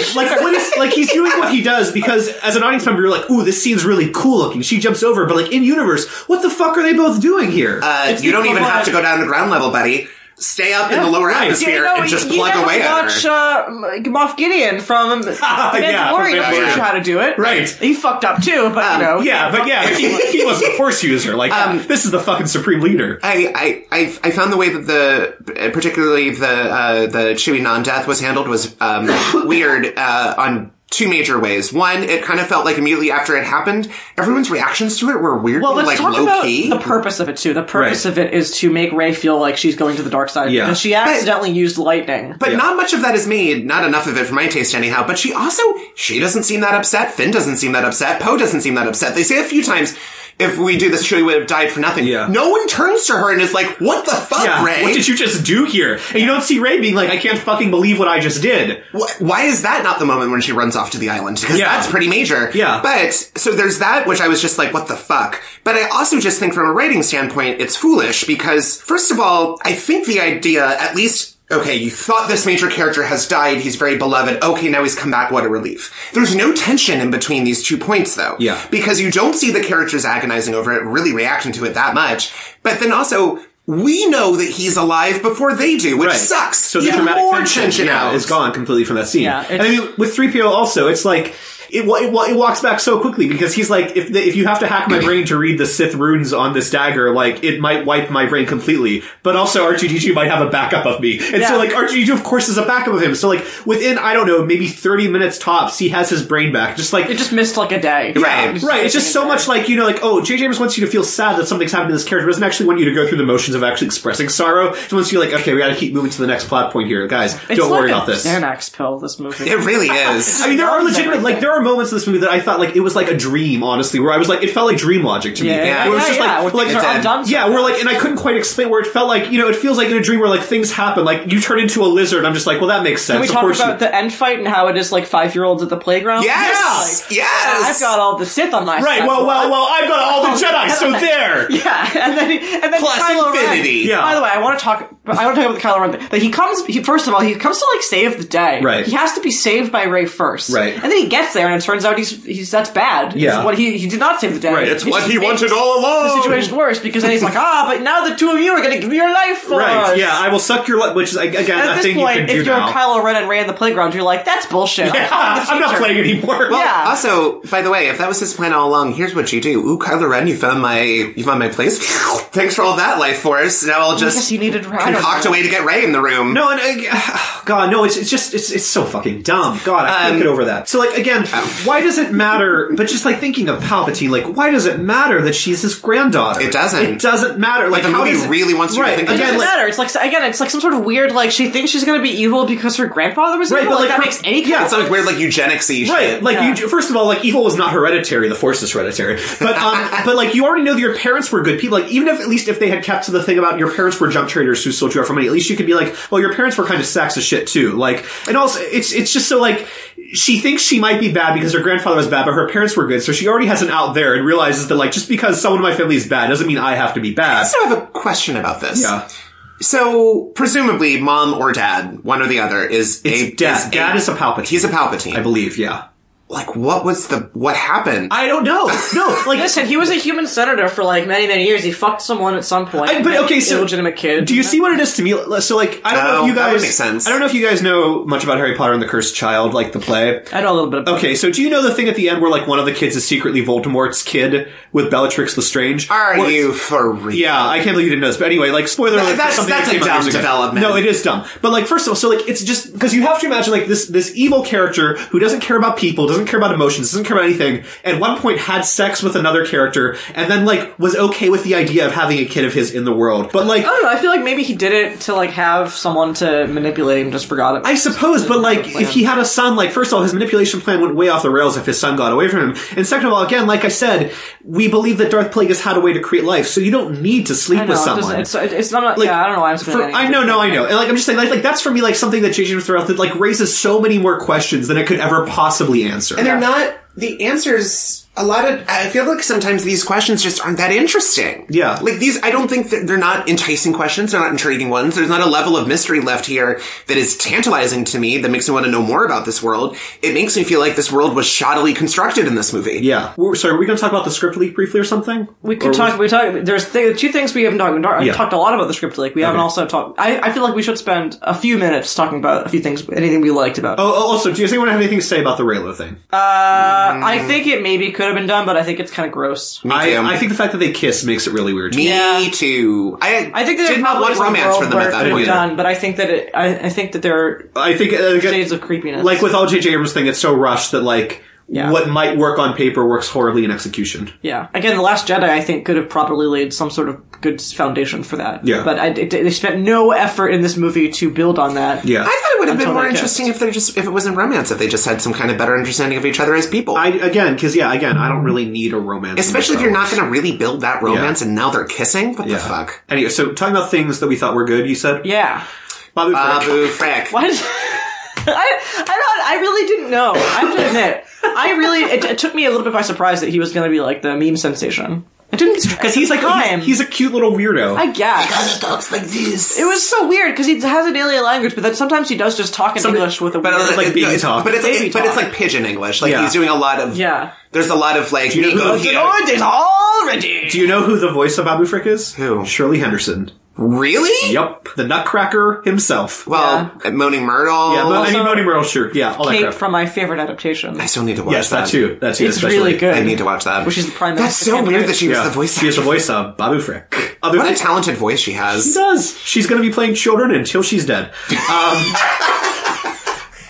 S1: they shoot
S3: like
S1: her?
S3: when he's like he's doing what he does because as an audience member you're like, ooh, this scene's really cool looking. She jumps over, but like in universe, what the fuck are they both doing here?
S2: Uh,
S1: It's
S2: you don't even
S1: because-
S2: have to go down to ground level, buddy. Stay up in the lower
S3: right.
S2: atmosphere
S1: you know,
S2: and just
S1: you
S2: plug
S1: never
S2: away at
S1: watch
S2: her.
S1: uh, Moff Gideon from The
S3: Yeah, from
S1: Mandalorian. I'm
S2: Mandalorian.
S1: sure how to do it.
S3: Right. Um,
S1: He fucked up too, but you know.
S3: Yeah, but yeah, he, he was a force user. Like, this is the fucking supreme leader.
S2: Um, I, I, I, I found the way that the, particularly the, uh, the Chewie non-death was handled was, um, weird, uh, on two major ways. One, it kind of felt like immediately after it happened, everyone's reactions to it were weirdly,
S1: Well, let's
S2: like,
S1: talk
S2: low
S1: about
S2: key.
S1: the purpose of it too. The purpose
S3: Right.
S1: of it is to make Ray feel like she's going to the dark side
S3: Yeah.
S1: because she accidentally used lightning.
S2: But not much of that is made, not enough of it for my taste anyhow. But she also, she doesn't seem that upset. Finn doesn't seem that upset. Poe doesn't seem that upset. They say a few times, if we do this, she would have died for nothing.
S3: Yeah.
S2: No one turns to her and is like, what the fuck,
S3: Yeah,
S2: Ray?
S3: what did you just do here? And you don't see Ray being like, I can't fucking believe what I just did.
S2: Wh- Why is that not the moment when she runs off to the island? Because
S3: Yeah.
S2: that's pretty major.
S3: Yeah.
S2: But, so there's that, which I was just like, what the fuck? But I also just think from a writing standpoint, it's foolish because, first of all, I think the idea, at least okay, you thought this major character has died, he's very beloved, okay, now he's come back, what a relief. There's no tension in between these two points though.
S3: Yeah.
S2: Because you don't see the characters agonizing over it, really reacting to it that much. But then also, we know that he's alive before they do, which sucks.
S3: So the
S2: Even
S3: dramatic
S2: more
S3: tension,
S2: tension
S3: yeah,
S2: out.
S3: is gone completely from that scene.
S1: Yeah,
S3: and I mean, with three PO also, it's like. It, wa- it, wa- it walks back so quickly because he's like, if the, if you have to hack my brain to read the Sith runes on this dagger, like it might wipe my brain completely. But also R two D two might have a backup of me, and
S1: Yeah.
S3: so like R two D two of course is a backup of him. So like within I don't know maybe thirty minutes tops, he has his brain back. Just like
S1: It just missed like a day.
S2: Right,
S1: It was
S3: Right, it's
S1: missing
S3: just
S1: a
S3: so
S1: day.
S3: much like, you know, like, oh, J.J. Abrams wants you to feel sad that something's happened to this character, doesn't actually want you to go through the motions of actually expressing sorrow. He wants you like, okay, we gotta keep moving to the next plot point here. Guys,
S1: It's
S3: don't
S1: like
S3: worry
S1: a
S3: about this.
S1: Xanax pill. This movie.
S2: It really is.
S3: I mean, there are
S1: Numbs
S3: legitimate, like, there are moments in this movie that I thought, like, it was like a dream, honestly, where I was like, it felt like dream logic to me.
S1: yeah, yeah,
S3: Where it was
S1: yeah,
S3: just
S1: yeah,
S3: like,
S1: where
S3: like,
S1: things are
S2: it's a-
S1: undone so
S3: yeah, we're like, and I couldn't quite explain where it felt like, you know, it feels like in a dream where like things happen, like you turn into a lizard. and I'm just like, well, that makes sense.
S1: Can we
S3: Of
S1: talk
S3: course you-
S1: about the end fight and how it is like five year olds at the playground?
S2: Yes!
S1: Like,
S2: Yes!
S1: I've got all the Sith on my
S3: right?
S1: side.
S3: Well, well, well. I've got all the Jedi, so there.
S1: Yeah, and then and then
S2: Plus
S1: Kylo Ren-
S2: infinity.
S3: Yeah.
S1: By the way, I want to talk. I want to talk about the Kylo Ren thing. That he comes. He, first of all, he comes to like save the day.
S3: Right.
S1: He has to be saved by Ray first.
S3: Right.
S1: And then he gets there, and it turns out he's he's that's bad. It's
S3: Yeah.
S1: what he he did not save the day.
S3: Right, it's
S1: It
S2: what
S1: just
S2: he
S1: makes
S2: wanted all along.
S1: The situation worse because then he's like, ah, but now the two of you are going to give me your life for
S3: Right.
S1: us.
S3: Yeah, I will suck your life, which is like, again
S1: And at
S3: a
S1: this
S3: thing you
S1: point,
S3: can do
S1: if you're
S3: now.
S1: Kylo Ren and Ray in the playground, you're like, that's bullshit. I'm calling the
S3: I'm not
S1: teacher.
S3: playing anymore.
S1: Yeah.
S2: Also, by the way, if that was his plan all along, here's what you do. Ooh, Kylo Ren, you found my you found my place. Thanks for all that life force. Now I'll just
S1: guess you needed- I don't
S2: concoct
S1: know.
S2: a way to get Ray in the room.
S3: No, and uh, God, no, it's, it's just it's, it's so fucking dumb. God, I can't
S2: Um,
S3: get over that. So like again, why does it matter? But just like thinking of Palpatine, like why does it matter that she's his granddaughter?
S2: It doesn't.
S3: It doesn't matter. Like
S2: the
S3: how
S2: movie
S3: does it-
S2: really wants you to
S3: right,
S2: think
S1: It
S2: about
S3: again,
S1: doesn't
S3: like,
S1: matter. It's like again, it's like some sort of weird like she thinks she's gonna be evil because her grandfather was
S3: Right,
S1: evil.
S3: but,
S1: like,
S3: like,
S1: that
S3: her-
S1: makes any
S3: yeah,
S1: kind
S2: It's like weird like eugenicsy
S3: Right,
S2: shit.
S3: like
S1: Yeah.
S3: you. First of all, like evil was not hereditary; the force is hereditary. But um, but like you already know that your parents were good people. Like even if at least if they had kept to the thing about your parents were junk traders who sold you out for money, at least you could be like, well, your parents were kind of sacks of shit too. Like, and also it's it's just so like she thinks she might be bad because her grandfather was bad, but her parents were good, so she already has an out there and realizes that like just because someone in my family is bad doesn't mean I have to be bad.
S2: I still have a question about this.
S3: Yeah.
S2: So presumably, mom or dad, one or the other, is a
S3: It's dad.
S2: Is
S3: dad is a Palpatine.
S2: he's a Palpatine.
S3: I believe. Yeah.
S2: Like, what was the what happened?
S3: I don't know. No, like
S1: Listen, he was a human senator for like many, many years. He fucked someone at some point.
S3: I- but,
S1: He had
S3: okay,
S1: an
S3: so
S1: illegitimate kid.
S3: Do you see what it is to me? So like, I don't know
S2: Oh,
S3: if you
S2: that
S3: guys.
S2: would make sense.
S3: I don't know if you guys know much about Harry Potter and the Cursed Child, like the play.
S1: I know a little bit. About
S3: Okay, so do you know the thing at the end where like one of the kids is secretly Voldemort's kid with Bellatrix Lestrange?
S2: Are
S3: Where-
S2: you for real?
S3: Yeah, I can't believe you didn't know this. But anyway, like spoiler alert. for
S2: that's-
S3: something
S2: that's
S3: that
S2: a
S3: came out
S2: dumb
S3: years ago.
S2: development.
S3: No, it is dumb. But like, first of all, so like, it's just because you have to imagine like this this evil character who doesn't care about people, doesn't care about emotions, doesn't care about anything. At one point, had sex with another character, and then like was okay with the idea of having a kid of his in the world. But like,
S1: I don't know. I feel like maybe he did it to like have someone to manipulate him. Just forgot it.
S3: I suppose, but like, if he had a son, like, first of all, his manipulation plan went way off the rails if his son got away from him. And second of all, again, like I said, we believe that Darth Plagueis had a way to create life, so you don't need to sleep
S1: I know,
S3: with
S1: it doesn't-
S3: someone.
S1: It's, it's not.
S3: Like,
S1: yeah, I don't know. why I'm
S3: For,
S1: spending.
S3: I know, no, I know, and like I'm just saying, like, like that's for me, like something that JJ would throw out that like raises so many more questions than it could ever possibly answer.
S2: And they're not the answers. A lot of I feel like sometimes these questions just aren't that interesting.
S3: Yeah.
S2: like these. I don't think that they're not enticing questions. They're not intriguing ones. There's not a level of mystery left here that is tantalizing to me. That makes me want to know more about this world. It makes me feel like this world was shoddily constructed in this movie.
S3: yeah. We're, sorry, are we going to talk about the script leak briefly or something?
S1: We could talk. We talk. There's th- two things we haven't talked. We
S3: Yeah.
S1: talked a lot about the script. Like we haven't also talked. I, I feel like we should spend a few minutes talking about a few things. Anything we liked about. it.
S3: Oh, oh, also, do you guys want to have anything to say about the Raylo thing?
S1: Uh, I
S3: Mm-hmm.
S1: think it maybe could have been done, but I think it's kind of gross.
S2: me
S3: I,
S2: too.
S3: I think the fact that they kiss makes it really weird. to
S2: me
S1: Yeah.
S2: too. I
S1: I think that
S2: did
S1: there
S2: not
S1: probably
S2: want
S1: is a
S2: romance
S1: world
S2: from them
S1: where
S2: at
S1: it
S2: that
S1: could've
S2: point.
S1: Done, but I think that it, I, I think that there are
S3: I think uh,
S1: shades of creepiness.
S3: like with all J.J. Abrams thing, it's so rushed that like
S1: Yeah.
S3: what might work on paper works horribly in execution.
S1: yeah. Again, the Last Jedi I think could have probably laid some sort of good foundation for that.
S3: Yeah.
S1: But I, it, they spent no effort in this movie to build on that.
S3: Yeah,
S2: I thought it would have been
S1: Until
S2: more
S1: they kissed.
S2: interesting if they just if it wasn't romance if they just had some kind of better understanding of each other as people.
S3: I again because yeah, again, I don't really need a romance,
S2: Especially if you're not going to really build that romance,
S3: Yeah.
S2: and now they're kissing. What the fuck?
S3: Anyway, so talking about things that we thought were good, you said
S1: Yeah.
S3: Babu Frick.
S2: Babu Frick.
S1: Why? Did, I I don't. I really didn't know. I have to admit, I really it, it took me a little bit by surprise that he was going to be like the meme sensation. It didn't because
S3: Because he's like
S1: time.
S3: he's, he's a cute little weirdo.
S1: I guess
S2: Kinda talks like this.
S1: it was so weird because he has an alien language, but then sometimes he does just talk in English with a
S2: but
S1: weird.
S2: it's
S3: like
S2: it-
S3: baby
S2: it's-
S3: talk.
S2: But it's
S1: Baby
S2: like, but it's
S1: talk.
S2: like pigeon English. Like
S3: Yeah.
S2: he's doing a lot of
S1: Yeah.
S2: There's a lot of like me go
S3: who-
S2: here.
S1: is already.
S3: Do you know who the voice of Babu Frick is?
S2: Who?
S3: Shirley Henderson.
S2: Really?
S3: Yep, the Nutcracker himself.
S2: Well, Moaning Myrtle.
S3: yeah, but, I
S1: also-
S3: mean Bonnie Merrill, sure. Yeah, all that
S1: Kate
S3: crap.
S1: from my favorite adaptation,
S2: I still need to watch
S3: yes, that too. That too.
S1: It's
S3: especially.
S1: really good.
S2: I need to watch that.
S1: which is the prime.
S2: That's
S1: minister
S2: so
S1: candidate.
S2: weird that she
S3: Yeah.
S2: was the voice.
S3: She is the
S2: actress.
S3: voice of Babu Frick. Other
S2: What a
S3: than-
S2: talented voice she has.
S3: she does. She's going to be playing children until she's dead. Um,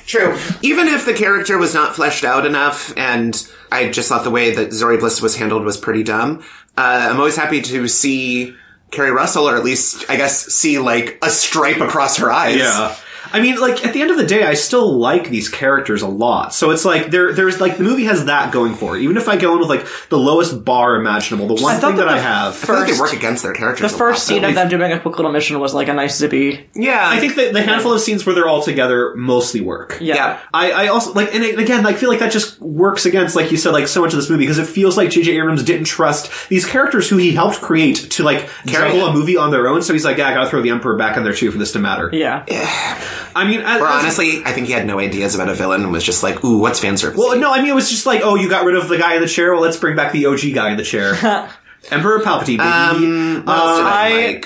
S2: True. Even if the character was not fleshed out enough, and I just thought the way that Zori Bliss was handled was pretty dumb, uh, I'm always happy to see Carrie Russell, or at least, I guess, see like a stripe across her eyes.
S3: Yeah. I mean, like at the end of the day, I still like these characters a lot. So it's like there, there's like the movie has that going for it. Even if I go in with like the lowest bar imaginable, the
S1: thought
S3: one thing
S1: that
S3: that,
S1: the
S3: I have,
S2: I feel like they work against their
S1: The
S2: characters. a
S1: first
S2: lot,
S1: scene
S2: though.
S1: of them doing a quick little mission was like a nice zippy.
S2: Yeah.
S3: I think that the handful of scenes where they're all together mostly work.
S1: Yeah.
S2: Yeah.
S3: I, I also like, and again, I feel like that just works against, like you said, like so much of this movie because it feels like J.J. Abrams didn't trust these characters who he helped create to like
S2: Carry
S3: juggle
S2: it.
S3: a movie on their own. So he's like, yeah, I gotta throw the Emperor back in there too for this to matter.
S1: Yeah.
S3: I mean, I,
S2: Or
S3: I-
S2: honestly, I think he had no ideas about a villain and was just like, ooh, what's fan service?
S3: Well, no, I mean it was just like, oh, you got rid of the guy in the chair. Well, let's bring back the OG guy in the chair, Emperor Palpatine. Baby.
S2: um, what else did I,
S1: I-
S2: like?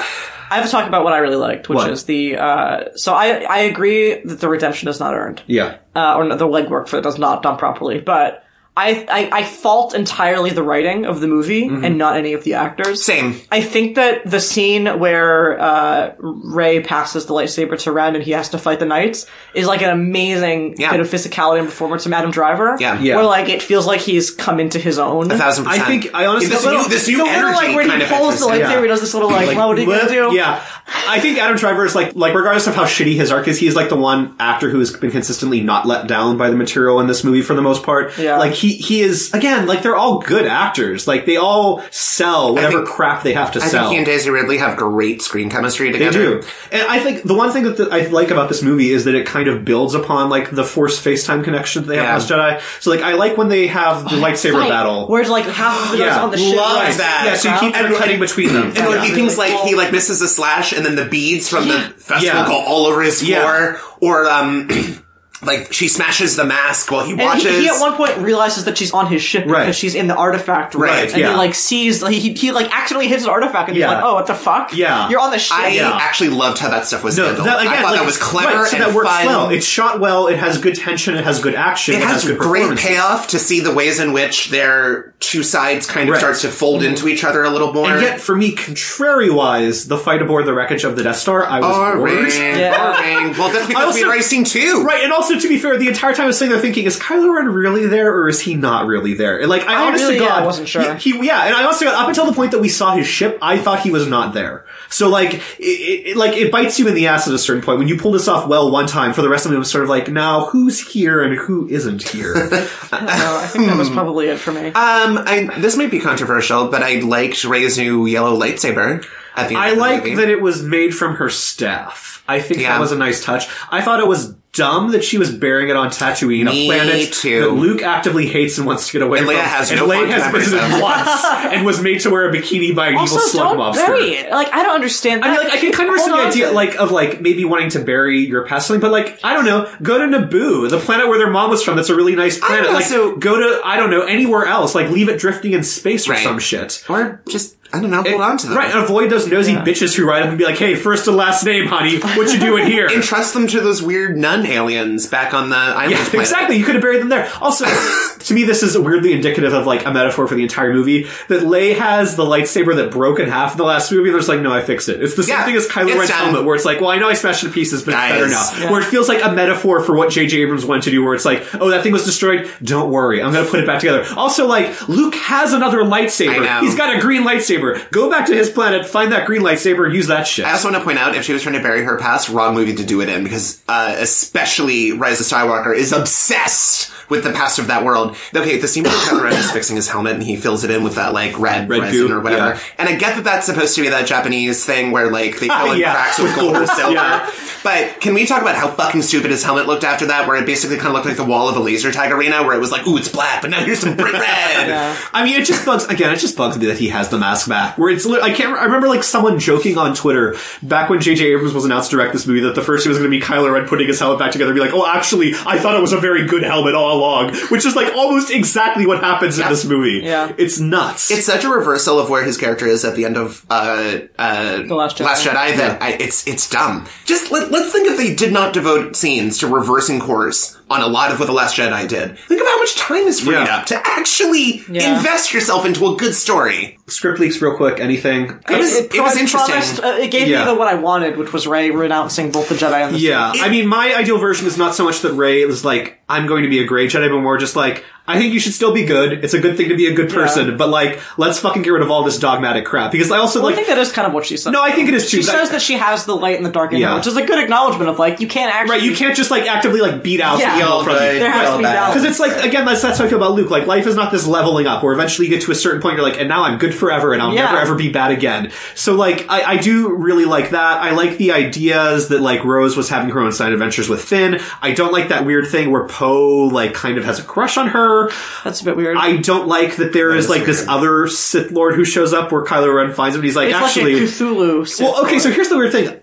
S1: I have to talk about what I really liked, which
S3: What?
S1: is the. Uh, so I I agree that the redemption is not earned,
S3: yeah,
S1: uh, or the legwork for it is not done properly. But I I, I fault entirely the writing of the movie and not any of the actors.
S2: Same.
S1: I think that the scene where uh, Ray passes the lightsaber to Ren and he has to fight the knights is like an amazing
S2: Yeah.
S1: bit of physicality and performance from Adam Driver.
S2: Yeah.
S3: Yeah.
S1: Where like it feels like he's come into his own.
S2: A thousand
S3: I
S2: percent.
S3: think I honestly
S2: this
S3: the
S2: new,
S3: little-
S2: this new
S1: the
S2: energy
S1: little like where
S2: kind
S1: he
S2: of
S1: pulls the
S2: exercise.
S1: lightsaber,
S3: yeah.
S1: he does this little like, "Wow, what are you gonna
S3: What?
S1: do?"
S3: Yeah, I think Adam Driver is like, like regardless of how shitty his arc is, he's like the one actor who has been consistently not let down by the material in this movie for the most part.
S1: Yeah.
S3: like he he is again like they're all good actors. Like they all sell whatever
S2: think-
S3: crap they have to
S2: I
S3: sell.
S2: think he and Daisy Ridley have great screen chemistry
S3: They
S2: together.
S3: do. And I think the one thing that the, I like about this movie is that it kind of builds upon like the Force FaceTime connection that they
S2: Yeah.
S3: have with Jedi. So like I like when they have the lightsaber
S1: Right.
S3: battle.
S1: Where's like half of the
S3: Yeah.
S1: on the ship.
S2: Love
S1: right?
S2: that.
S3: yeah, so you keep
S2: And-
S3: cutting between them.
S2: And it would
S3: Yeah.
S2: be things like he like misses a slash, and then the beads from the festival
S3: Yeah.
S2: go all over his
S3: Yeah.
S2: floor, or um, like she smashes the mask while he
S1: And
S2: watches.
S1: he, he at one point realizes that she's on his ship because
S3: Right.
S1: she's in the artifact room,
S2: Right,
S1: and
S3: yeah.
S1: he like sees he, he, he like accidentally hits an artifact and he's
S3: Yeah.
S1: like, "Oh, what the fuck?
S3: Yeah.
S1: you're on the ship."
S2: I
S3: Yeah.
S2: actually loved how that stuff was
S3: No,
S2: handled.
S3: that, again,
S2: I thought
S3: like,
S2: that was clever
S3: right, so
S2: and
S3: that works
S2: fun.
S3: well. It's shot well. It has good tension. It has good action.
S2: it has
S3: good
S2: great
S3: performances.
S2: payoff to see the ways in which their two sides kind of
S3: Right.
S2: starts to fold into each other a little more.
S3: And yet, for me, contrary-wise, the fight aboard the wreckage of the Death Star, I was
S2: boring,
S3: bored.
S1: Yeah.
S2: boring. Well, that's because
S3: also-
S2: we'd already seen two.
S3: Right, and also to be fair, the entire time I was sitting there thinking, is Kylo Ren really there or is he not really there? And like, I,
S1: I
S3: honestly
S1: really- yeah,
S3: God,
S1: I wasn't sure.
S3: He, he- yeah, and I honestly got up until the point that we saw his ship, I thought he was not there. So like, it, it, it- like it bites you in the ass at a certain point when you pull this off well one time. For the rest of it, I'm sort of like, now who's here and who isn't here?
S1: No, I think that
S3: Hmm.
S1: was probably it for me.
S2: Um, I, this might be controversial, but I liked Ray's new yellow lightsaber. At the end
S3: I
S2: of the
S3: like
S2: movie.
S3: that it was made from her staff. I think
S2: Yeah.
S3: that was a nice touch. I thought it was dumb that she was bearing it on Tatooine,
S2: Me
S3: a planet
S2: too.
S3: that Luke actively hates and wants to get away
S2: And
S3: from.
S2: Leia has
S3: and
S2: no
S3: Leia
S2: fond
S3: has
S2: memories
S3: visited
S2: of it.
S3: once and was made to wear a bikini by an
S1: also,
S3: evil slug
S1: don't
S3: mobster.
S1: bury it. Like, I don't understand.
S3: I mean,
S1: that.
S3: like, I can kind of
S1: Hold
S3: understand the
S1: on
S3: idea,
S1: to-
S3: like, of like maybe wanting to bury your past something, but like, I don't know, go to Naboo, the planet where their mom was from. That's a really nice planet.
S2: know,
S3: Like,
S2: so-
S3: go to I don't know anywhere else. Like, leave it drifting in space or
S2: Right.
S3: some shit.
S2: Or just, I don't know, hold on to them.
S3: Right, uh, and avoid those nosy
S1: Yeah.
S3: bitches who ride up and be like, hey, first and last name, honey. What you doing here?
S2: And trust them to those weird nun aliens back on the island.
S3: Yeah,
S2: planet.
S3: exactly. You could have buried them there. Also, to me, this is weirdly indicative of like a metaphor for the entire movie. That Lei has the lightsaber that broke in half in the last movie. There's like, no, I fixed it. It's the same
S2: Yeah,
S3: thing as Kylo
S2: it's
S3: Ren's
S2: done.
S3: helmet, where it's like, well, I know I smashed it to pieces, but
S2: Nice.
S3: it's better now.
S1: Yeah.
S3: Where it feels like a metaphor for what J.J. Abrams wanted to do. Where it's like, oh, that thing was destroyed. Don't worry, I'm going to put it back together. Also, like Luke has another
S2: I know.
S3: lightsaber. He's got a green lightsaber. Go back to his planet, find that green lightsaber, and use that shit.
S2: I also want to point out if she was trying to bury her past, wrong movie to do it in because uh, especially Rise of Skywalker is obsessed with the past of that world. Okay, the scene where Kylo Ren is fixing his helmet and he fills it in with that like red,
S3: Red
S2: resin
S3: goo,
S2: or whatever.
S3: yeah.
S2: And I get that that's supposed to be that Japanese thing where like they fill in
S3: Yeah.
S2: cracks with gold or silver,
S3: Yeah.
S2: But can we talk about how fucking stupid his helmet looked after that, where it basically kind of looked like the wall of a laser tag arena, where it was like, ooh, it's black, but now here's some bright red.
S1: uh,
S3: I mean, it just bugs again. It just bugs me that he has the mask back. Where it's li- I can't. I remember like someone joking on Twitter back when J.J. Abrams was announced to direct this movie that the first thing was going to be Kylo Ren putting his helmet back together. and Be like, oh, actually, I thought it was a very good helmet all along, which is like almost exactly what happens in this movie.
S1: Yeah.
S3: it's nuts.
S2: It's such a reversal of where his character is at the end of uh, uh, the
S1: Last Jedi.
S2: that I, it's it's dumb. Just let, let's think if they did not devote scenes to reversing course on a lot of what the Last Jedi did. Think of how much time is freed
S3: Yeah.
S2: up to actually
S1: Yeah.
S2: invest yourself into a good story.
S3: script leaks real quick. Anything?
S2: It was it, was
S1: promised-
S2: interesting.
S1: promised- uh, it gave
S3: Yeah.
S1: me the what I wanted, which was Ray renouncing both the Jedi and the
S3: Yeah, I mean, my ideal version is not so much that Ray is like, I'm going to be a great Jedi, but more just like, I think you should still be good. It's a good thing to be a good person, but like, let's fucking get rid of all this dogmatic crap. Because I also
S1: I
S3: like,
S1: think that is kind of what she said.
S3: no, I think it is too.
S1: she says that she has the light and the dark in
S3: Yeah.
S1: her, which is a good acknowledgement of like you can't actually.
S3: right, you can't just like actively like beat out
S1: Yeah.
S3: the evil from
S2: Right.
S1: There has to be
S2: Well,
S1: balance.
S3: Because it's like again, that's that's how I feel about Luke. Like life is not this leveling up where eventually you get to a certain point, you're like, and now I'm good forever, and I'll
S1: Yeah.
S3: never ever be bad again. So like, I, I do really like that. I like the ideas that like Rose was having her own side adventures with Finn. I don't like that weird thing where Poe like kind of has a crush on her.
S1: That's a bit weird.
S3: I don't like that there is like this other Sith Lord who shows up where Kylo Ren finds him, and he's like,
S1: it's
S3: actually,
S1: like a Cthulhu. Sith
S3: well, okay,
S1: Lord.
S3: so here's the weird thing.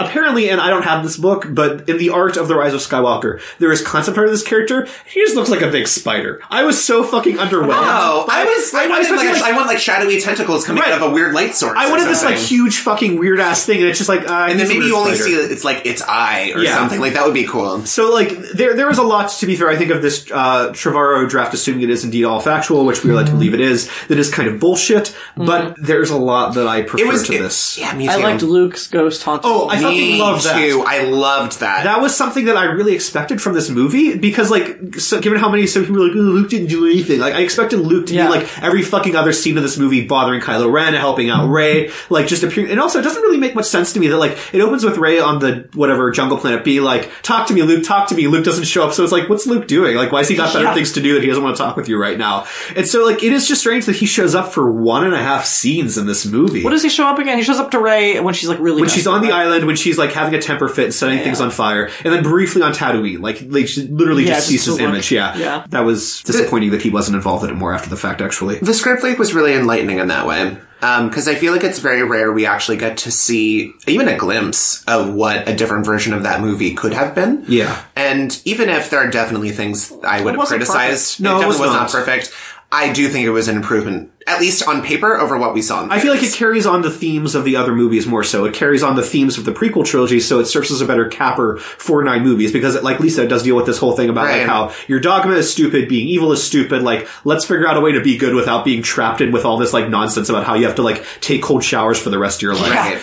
S3: Apparently, and I don't have this book, but in the art of the Rise of Skywalker, there is concept art of this character. He just looks like a big spider. I was so fucking underwhelmed.
S2: Oh, I was I wanted
S3: was
S2: like,
S3: thinking,
S2: I want like shadowy tentacles coming
S3: Right.
S2: out of a weird light source.
S3: I
S2: or
S3: wanted this like
S2: something.
S3: huge fucking weird ass thing, and it's just like, uh,
S2: and then maybe you only see
S3: it.
S2: it's like its eye or
S3: Yeah.
S2: something like that would be cool.
S3: So like there there is a lot to be fair. I think of this uh, Trevorrow draft, assuming it is indeed all factual, which we are led
S2: Mm-hmm.
S3: to believe it is. That is kind of bullshit, but there's a lot that I prefer
S2: It was
S3: to
S2: it-
S3: this.
S2: Yeah, me too.
S1: I liked Luke's ghost haunting.
S3: Oh, I fucking
S2: me
S3: love that.
S2: too. I loved that.
S3: that was something that I really expected from this movie because, like, so given how many so people were like, "Ooh, Luke didn't do anything. Like, I expected Luke to
S1: Yeah.
S3: be like every fucking other scene of this movie, bothering Kylo Ren, helping out Ray, like just appearing. And also, it doesn't really make much sense to me that like it opens with Ray on the whatever jungle planet B, like, "Talk to me, Luke. Talk to me." Luke doesn't show up, so it's like, what's Luke doing? Like, why has he got better
S1: Yeah.
S3: things to do that he doesn't want to talk with you right now? And so, like, it is just strange that he shows up for one and a half scenes in this movie.
S1: what does he show up again? He shows up to Ray when she's like really.
S3: When she's on the island, when she's like having a temper fit and setting things on fire, and then briefly on Tatooine, like like she literally
S1: Yeah, just
S3: just sees his
S1: to look.
S3: image. Yeah,
S1: Yeah.
S3: that was disappointing that he wasn't involved in it more after the fact. Actually,
S2: the script leak was really enlightening in that way because i feel like it's very rare we actually get to see even a glimpse of what a different version of that movie could have been
S3: Yeah.
S2: and even if there are definitely things i would have
S1: wasn't
S2: criticized
S3: No, it
S2: it definitely
S3: was
S2: was
S3: not.
S2: not perfect i do think it was an improvement at least on paper over what we saw in
S3: I feel like it carries on the themes of the other movies more so. It carries on the themes of the prequel trilogy, so it serves as a better capper for nine movies because, it, like Lisa, it does deal with this whole thing about like
S2: Right.
S3: how your dogma is stupid, being evil is stupid. Like, let's figure out a way to be good without being trapped in with all this like nonsense about how you have to like take cold showers for the rest of your life.
S2: Right.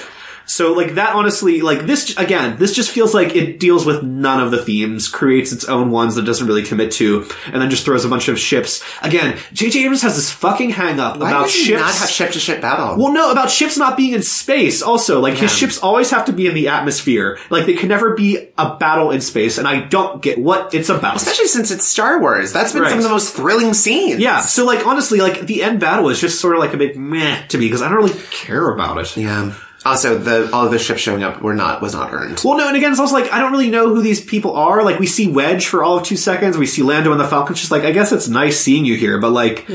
S3: So like that honestly, like this again, this just feels like it deals with none of the themes, creates its own ones that it doesn't really commit to, and then just throws a bunch of ships. Again, J.J. Abrams has this fucking hang up
S2: why
S3: about
S2: would you
S3: ships.
S2: not have ship to ship battle
S3: well, no, about ships not being in space. Also, like his ships always have to be in the atmosphere. Like they can never be a battle in space, and I don't get what it's about.
S2: especially since it's star wars that's been
S3: Right.
S2: some of the most thrilling scenes
S3: yeah, so like honestly, like the end battle is just sort of like a big meh to me because I don't really care about it.
S2: yeah also the all of the ships showing up were not was not earned
S3: Well, no, and again, it's also like I don't really know who these people are. Like we see Wedge for all of two seconds, we see Lando and the Falcon. It's Just like I guess it's nice seeing you here, but like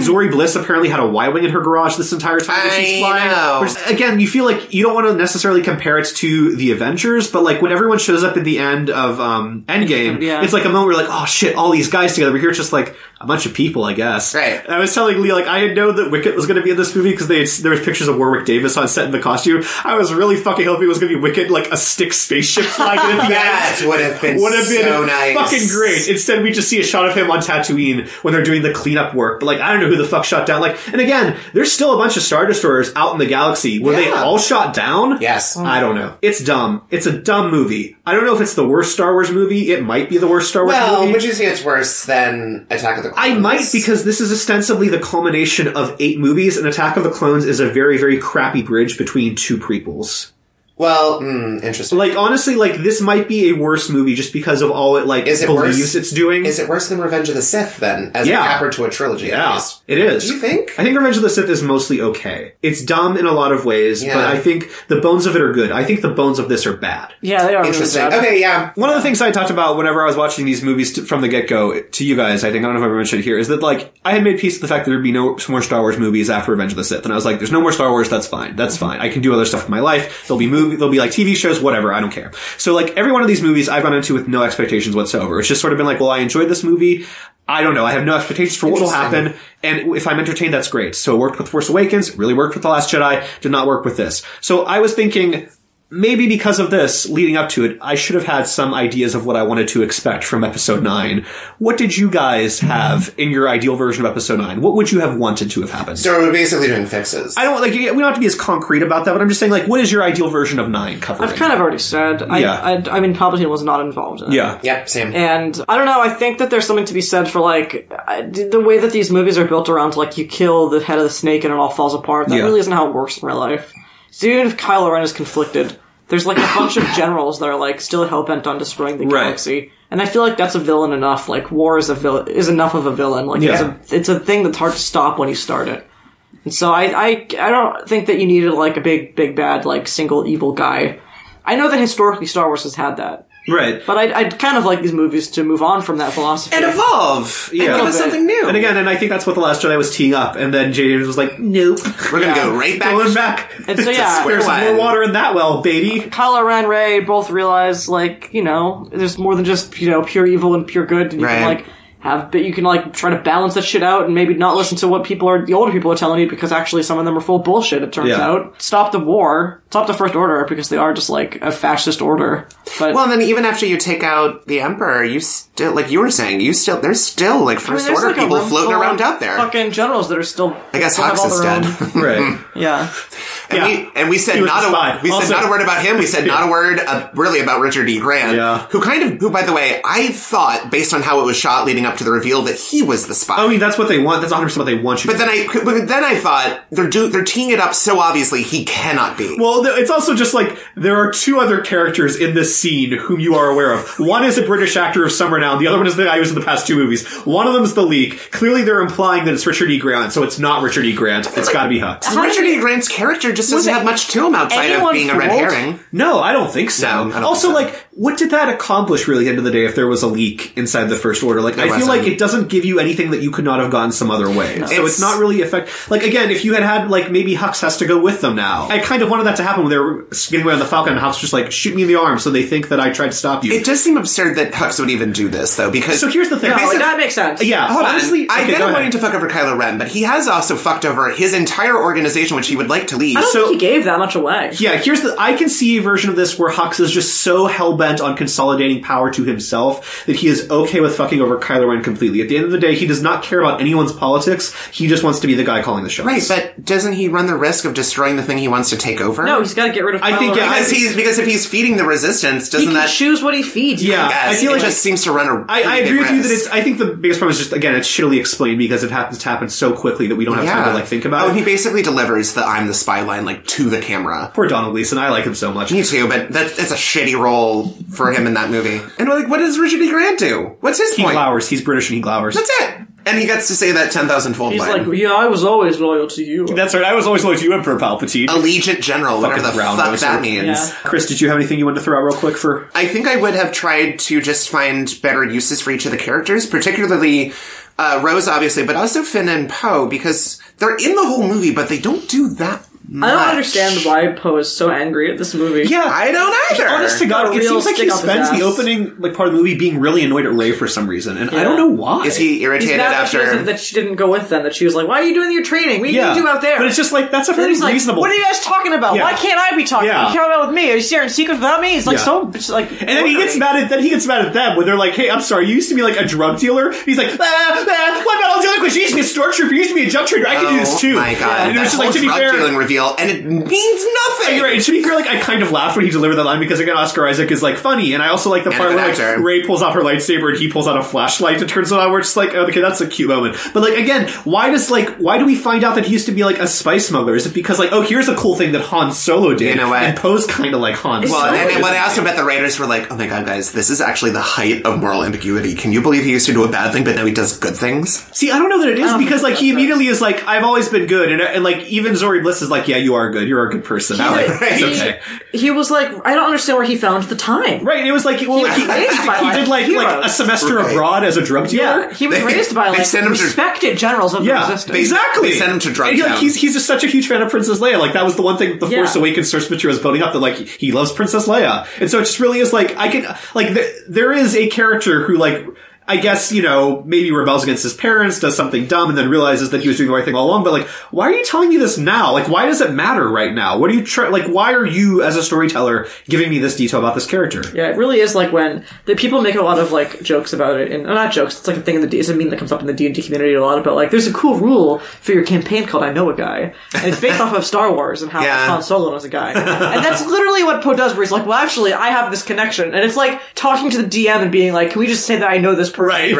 S3: Zori Bliss apparently had a Y wing in her garage this entire time that she's
S2: I
S3: flying.
S2: know.
S3: Which, again, you feel like you don't want to necessarily compare it to the Avengers, but like when everyone shows up at the end of um, Endgame,
S1: Yeah.
S3: it's like a moment where like oh shit, all these guys together. But here it's just like a bunch of people, I guess.
S2: Right.
S3: And I was telling Lee like I had known that Wicket was going to be in this movie because they had, there was pictures of Warwick Davis on set in the costume. I was really fucking hoping it was going to be Wicket like a stick spaceship flying in the
S2: that
S3: end.
S2: would have been
S3: Would have been
S2: so nice
S3: fucking great. Instead, we just see a shot of him on Tatooine when they're doing the cleanup work. But like, I don't know who the fuck shot down. Like, and again, there's still a bunch of star destroyers out in the galaxy. Were they
S2: Yeah.
S3: all shot down?
S2: Yes.
S1: Oh,
S2: Uh,
S3: I don't know. It's dumb. It's a dumb movie. I don't know if it's the worst Star Wars movie. It might be the worst Star Wars
S2: Well,
S3: movie.
S2: would you say it's worse than Attack of the Clones?
S3: I might because this is ostensibly the culmination of eight movies, and Attack of the Clones is a very, very crappy bridge between two prequels.
S2: Well, mm, interesting.
S3: Like honestly, like this might be a worse movie just because of all it like
S2: Is it
S3: believes
S2: worse?
S3: it's doing.
S2: Is it worse than Revenge of the Sith then, as
S3: Yeah.
S2: a capper to a trilogy? at
S3: yeah,
S2: least?
S3: it is.
S2: Do you think?
S3: I think Revenge of the Sith is mostly okay. It's dumb in a lot of ways, but
S2: Yeah.
S3: I think the bones of it are good. I think the bones of this are bad.
S1: Yeah, they are
S2: Interesting.
S1: Really bad.
S2: Okay, yeah.
S3: One of the things I talked about whenever I was watching these movies to, from the get go to you guys, I think I don't know if I ever mentioned it here, is that like I had made peace with the fact that there'd be no more Star Wars movies after Revenge of the Sith, and I was like, "There's no more Star Wars. That's fine. That's fine. I can do other stuff in my life. There'll be movie. There'll be like TV shows. Whatever. I don't care." So like every one of these movies I've gone into with no expectations whatsoever. It's just sort of been like, "Well, I enjoyed this movie. I don't know. I have no expectations for what will
S2: Interesting.
S3: happen, and if I'm entertained, that's great." So it worked with Force Awakens. It really worked with the Last Jedi. Did not work with this. So I was thinking maybe because of this leading up to it, I should have had some ideas of what I wanted to expect from episode 9. What did you guys have in your ideal version of episode 9? What would you have wanted to have happened?
S2: So we're basically doing fixes.
S3: I don't like we don't have to be as concrete about that, but I'm just saying like what is your ideal version of 9 covering?
S1: I've kind of already said. I,
S3: Yeah.
S1: I, I mean, Palpatine was not involved. In it.
S3: yeah.
S2: Yep, same.
S1: And I don't know. I think that there's something to be said for like I- the way that these movies are built around. Like you kill the head of the snake and it all falls apart. That
S3: Yeah.
S1: really isn't how it works in real life. So even if Kylo Ren is conflicted, there's like a bunch of generals that are like still hell bent on destroying the
S3: Right.
S1: galaxy. And I feel like that's a villain enough. Like war is a villain is enough of a villain. Like
S3: Yeah.
S1: it's a it's a thing that's hard to stop when you start it. And so I, I I don't think that you needed like a big big bad like single evil guy. I know that historically Star Wars has had that.
S3: Right.
S1: But I'd, I'd kind of like these movies to move on from that philosophy.
S2: and evolve.
S3: Yeah.
S2: And give us
S1: Okay.
S2: something new.
S3: And again, and I think that's what the last Jedi was teeing up, and then J.J. Abrams was like, "Nope,
S2: we're gonna go right back.
S3: going back."
S1: And so,
S3: to
S1: yeah.
S3: square some more
S2: One.
S3: water in that well, baby.
S1: Kylo Ren, Ray both realize, like, you know, there's more than just, you know, pure evil and pure good. And you can,
S2: Right.
S1: like, have, but you can, like, try to balance that shit out and maybe not listen to what people are, the older people are telling you because actually some of them are full of bullshit, it turns
S3: Yeah.
S1: out. Stop the war. Stop the First Order because they are just, like, a fascist order. But,
S2: Well, then even after you take out the emperor, you still like you were saying, you still there's still like
S1: I mean,
S2: first
S1: there's,
S2: order
S1: like, a
S2: people
S1: room
S2: floating
S1: full of
S2: around out there.
S1: Fucking generals that are still.
S2: I guess
S1: still have
S2: Hux
S1: all
S2: is
S1: their
S2: dead.
S1: own-
S3: Right.
S1: Yeah.
S2: and,
S3: Yeah.
S2: we, and we said
S3: He was
S2: not
S3: a
S2: a,
S3: spy.
S2: we
S3: Also-
S2: said not a word about him. We said not a word uh, really about Richard E. Grant,
S3: Yeah.
S2: who kind of who by the way I thought based on how it was shot leading up to the reveal that he was the spy.
S3: I mean, that's what they want. That's 100 percent what they want you.
S2: but then I but then I thought they're do, they're teeing it up so obviously he cannot be.
S3: Well, th- it's also just like there are two other characters in this scene whom you are aware of. One is a British actor of some renown. The other one is the guy who's in the past two movies. One of them's the leak. Clearly, they're implying that it's Richard E. Grant, so it's not Richard E. Grant. It's got to be Hux.
S2: Richard E. Grant's character just
S1: Was
S2: doesn't
S1: it
S2: have much to him outside of
S1: anyone
S2: being a red
S1: fooled?
S2: herring.
S3: No, I don't think
S2: No, I
S3: so.
S2: don't think
S3: also,
S2: so.
S3: like, what did that accomplish really at the end of the day if there was a leak inside the First Order? Like, I feel
S2: wasn't.
S3: like it doesn't give you anything that you could not have gotten some other way. So it's,
S2: It's-
S3: not really effective. Like, again, if you had had, like, maybe Hux has to go with them now. I kind of wanted that to happen when they were getting away on the Falcon and Hux just, like, shoot me in the arm so they think that I tried to stop you.
S2: It does seem absurd that Hux would even do this though, because
S3: so here's the thing.
S1: No,
S2: Basically-
S1: that makes sense.
S3: yeah,
S2: Hold on.
S3: honestly,
S2: I
S3: okay,
S2: get
S3: go
S2: him
S3: ahead.
S2: wanting to fuck over Kylo Ren, but he has also fucked over his entire organization, which he would like to leave.
S1: I don't
S3: So-
S1: think he gave that much away.
S3: Yeah, here's the. I can see a version of this where Hux is just so hell bent on consolidating power to himself that he is okay with fucking over Kylo Ren completely. At the end of the day, he does not care about anyone's politics. He just wants to be the guy calling the shots.
S2: right, but doesn't he run the risk of destroying the thing he wants to take over?
S1: No, he's got to get rid of.
S3: I
S1: Kylo
S3: think, yeah,
S1: Ren.
S3: I-
S2: because he's because if he's feeding the resistance,
S1: he
S2: doesn't
S1: can
S2: that
S1: choose what he feeds.
S3: Yeah,
S2: Yes,
S3: I feel
S2: it
S3: like
S2: just seems to run a.
S3: I, I
S2: pretty big
S3: agree with you that
S2: risk.
S3: it's. I think the biggest problem is just again it's shittily explained because it happens to happen so quickly that we don't have time to like think about
S2: Oh, and he
S3: it.
S2: basically delivers the "I'm the spy" line like to the camera.
S3: Poor Donald Gleason, I like him so much.
S2: Me too, but that, that's a shitty role for him in that movie. And like, what does Richard E. Grant do? What's his
S3: He
S2: point?
S3: glowers. He's British and he glowers.
S2: That's it. And he gets to say that ten thousand fold
S1: He's
S2: line.
S1: like, yeah, I was always loyal to you.
S3: That's right. I was always loyal to you, Emperor Palpatine.
S2: Allegiant General, whatever the
S3: Fucking brown
S2: fuck
S3: noser.
S2: that means.
S1: Yeah.
S3: Chris, did you have anything you wanted to throw out real quick for
S2: I think I would have tried to just find better uses for each of the characters, particularly uh, Rose, obviously, but also Finn and Poe, because they're in the whole movie, but they don't do that much.
S1: I don't understand why Poe is so angry at this movie.
S3: Yeah,
S2: I don't either.
S3: Honest to
S1: Got
S3: God,
S1: a
S3: it
S1: real
S3: seems like he
S1: stick up his
S3: spends the
S1: ass.
S3: opening like part of the movie being really annoyed at Ray for some reason, and I
S1: Yeah.
S3: don't know why.
S2: Is he
S1: he's
S2: irritated
S1: mad that she,
S2: after?
S1: doesn't- that she didn't go with them. That she was like, "Why are you doing your training? What
S3: Yeah,
S1: do you do out there?"
S3: But it's just like that's a
S1: And
S3: very
S1: he's like,
S3: reasonable.
S1: What are you guys talking about?
S3: Yeah.
S1: Why can't I be talking?
S3: Yeah.
S1: You can't out with me. Are you sharing secrets without me? It's like
S3: Yeah.
S1: so. It's like,
S3: and then he gets mad at then he gets mad at them when they're like, "Hey, I'm sorry, you used to be like a drug dealer." He's like, ah, ah, "What about all the other questions? You used to be a stormtrooper, you used to be a junk trader. I can do this
S2: Oh
S3: too."
S2: my god!
S3: and it
S2: that
S3: was just
S2: whole
S3: like, to be
S2: drug
S3: fair,
S2: dealing reveal reveal, and it means nothing.
S3: You're right. To be fair, like I kind of laughed when he delivered that line because again, Oscar Isaac is like funny, and I also like the part
S2: an
S3: where
S2: actor.
S3: like, Ray pulls out her lightsaber and he pulls out a flashlight and turns it on. We're just like, okay, that's a cute moment. But like again, why does like why do we find out that he used to be like a spice smuggler? Is it because like oh here's a cool thing that Han Solo did
S2: In a way.
S3: and Poe's kind of like Han
S2: Well,
S3: Solo?
S2: and then when I asked him about the writers, were like, "Oh my god, guys, this is actually the height of moral ambiguity. Can you believe he used to do a bad thing, but now he does good things?"
S3: See, I don't know that it is
S1: don't
S3: because
S1: think
S3: like he
S1: that's
S3: immediately is like I've always been good, and, and like even Zori Bliss is like yeah you are good, you're a good person. I'm like,
S2: Right.
S3: it's okay.
S1: He was like, I don't understand where he found the time.
S3: Right, it was like well, like, he,
S1: was raised by,
S3: he
S1: like,
S3: did like like a
S1: heroes.
S3: semester
S2: Right.
S3: abroad as a drug dealer.
S1: Yeah, he was
S2: They-
S1: raised by
S2: they
S1: like
S2: sent him to-
S1: respected generals of the resistance.
S3: exactly.
S2: They sent him to drug
S3: And he, like,
S2: town.
S3: he's he's just such a huge fan of Princess Leia. Like that was the one thing the
S1: Yeah.
S3: Force Awakens source material was building up that like he- he loves Princess Leia, and so it just really is like I can like there, there is a character who like. I guess, you know, maybe rebels against his parents, does something dumb, and then realizes that he was doing the right thing all along, but like, why are you telling me this now? Like, why does it matter right now? What are you try- like, why are you, as a storyteller, giving me this detail about this character?
S1: Yeah, it really is like when the people make a lot of like jokes about it, and well, not jokes. It's like a thing in the D- it's a meme that comes up in the D and D community a lot about like there's a cool rule for your campaign called "I Know a Guy," and it's based off of Star Wars and how
S2: Yeah.
S1: Han Solo was a guy, and that's literally what Poe does. Where he's like, "Well, actually, I have this connection," and it's like talking to the DM and being like, "Can we just say that I know this person?" on this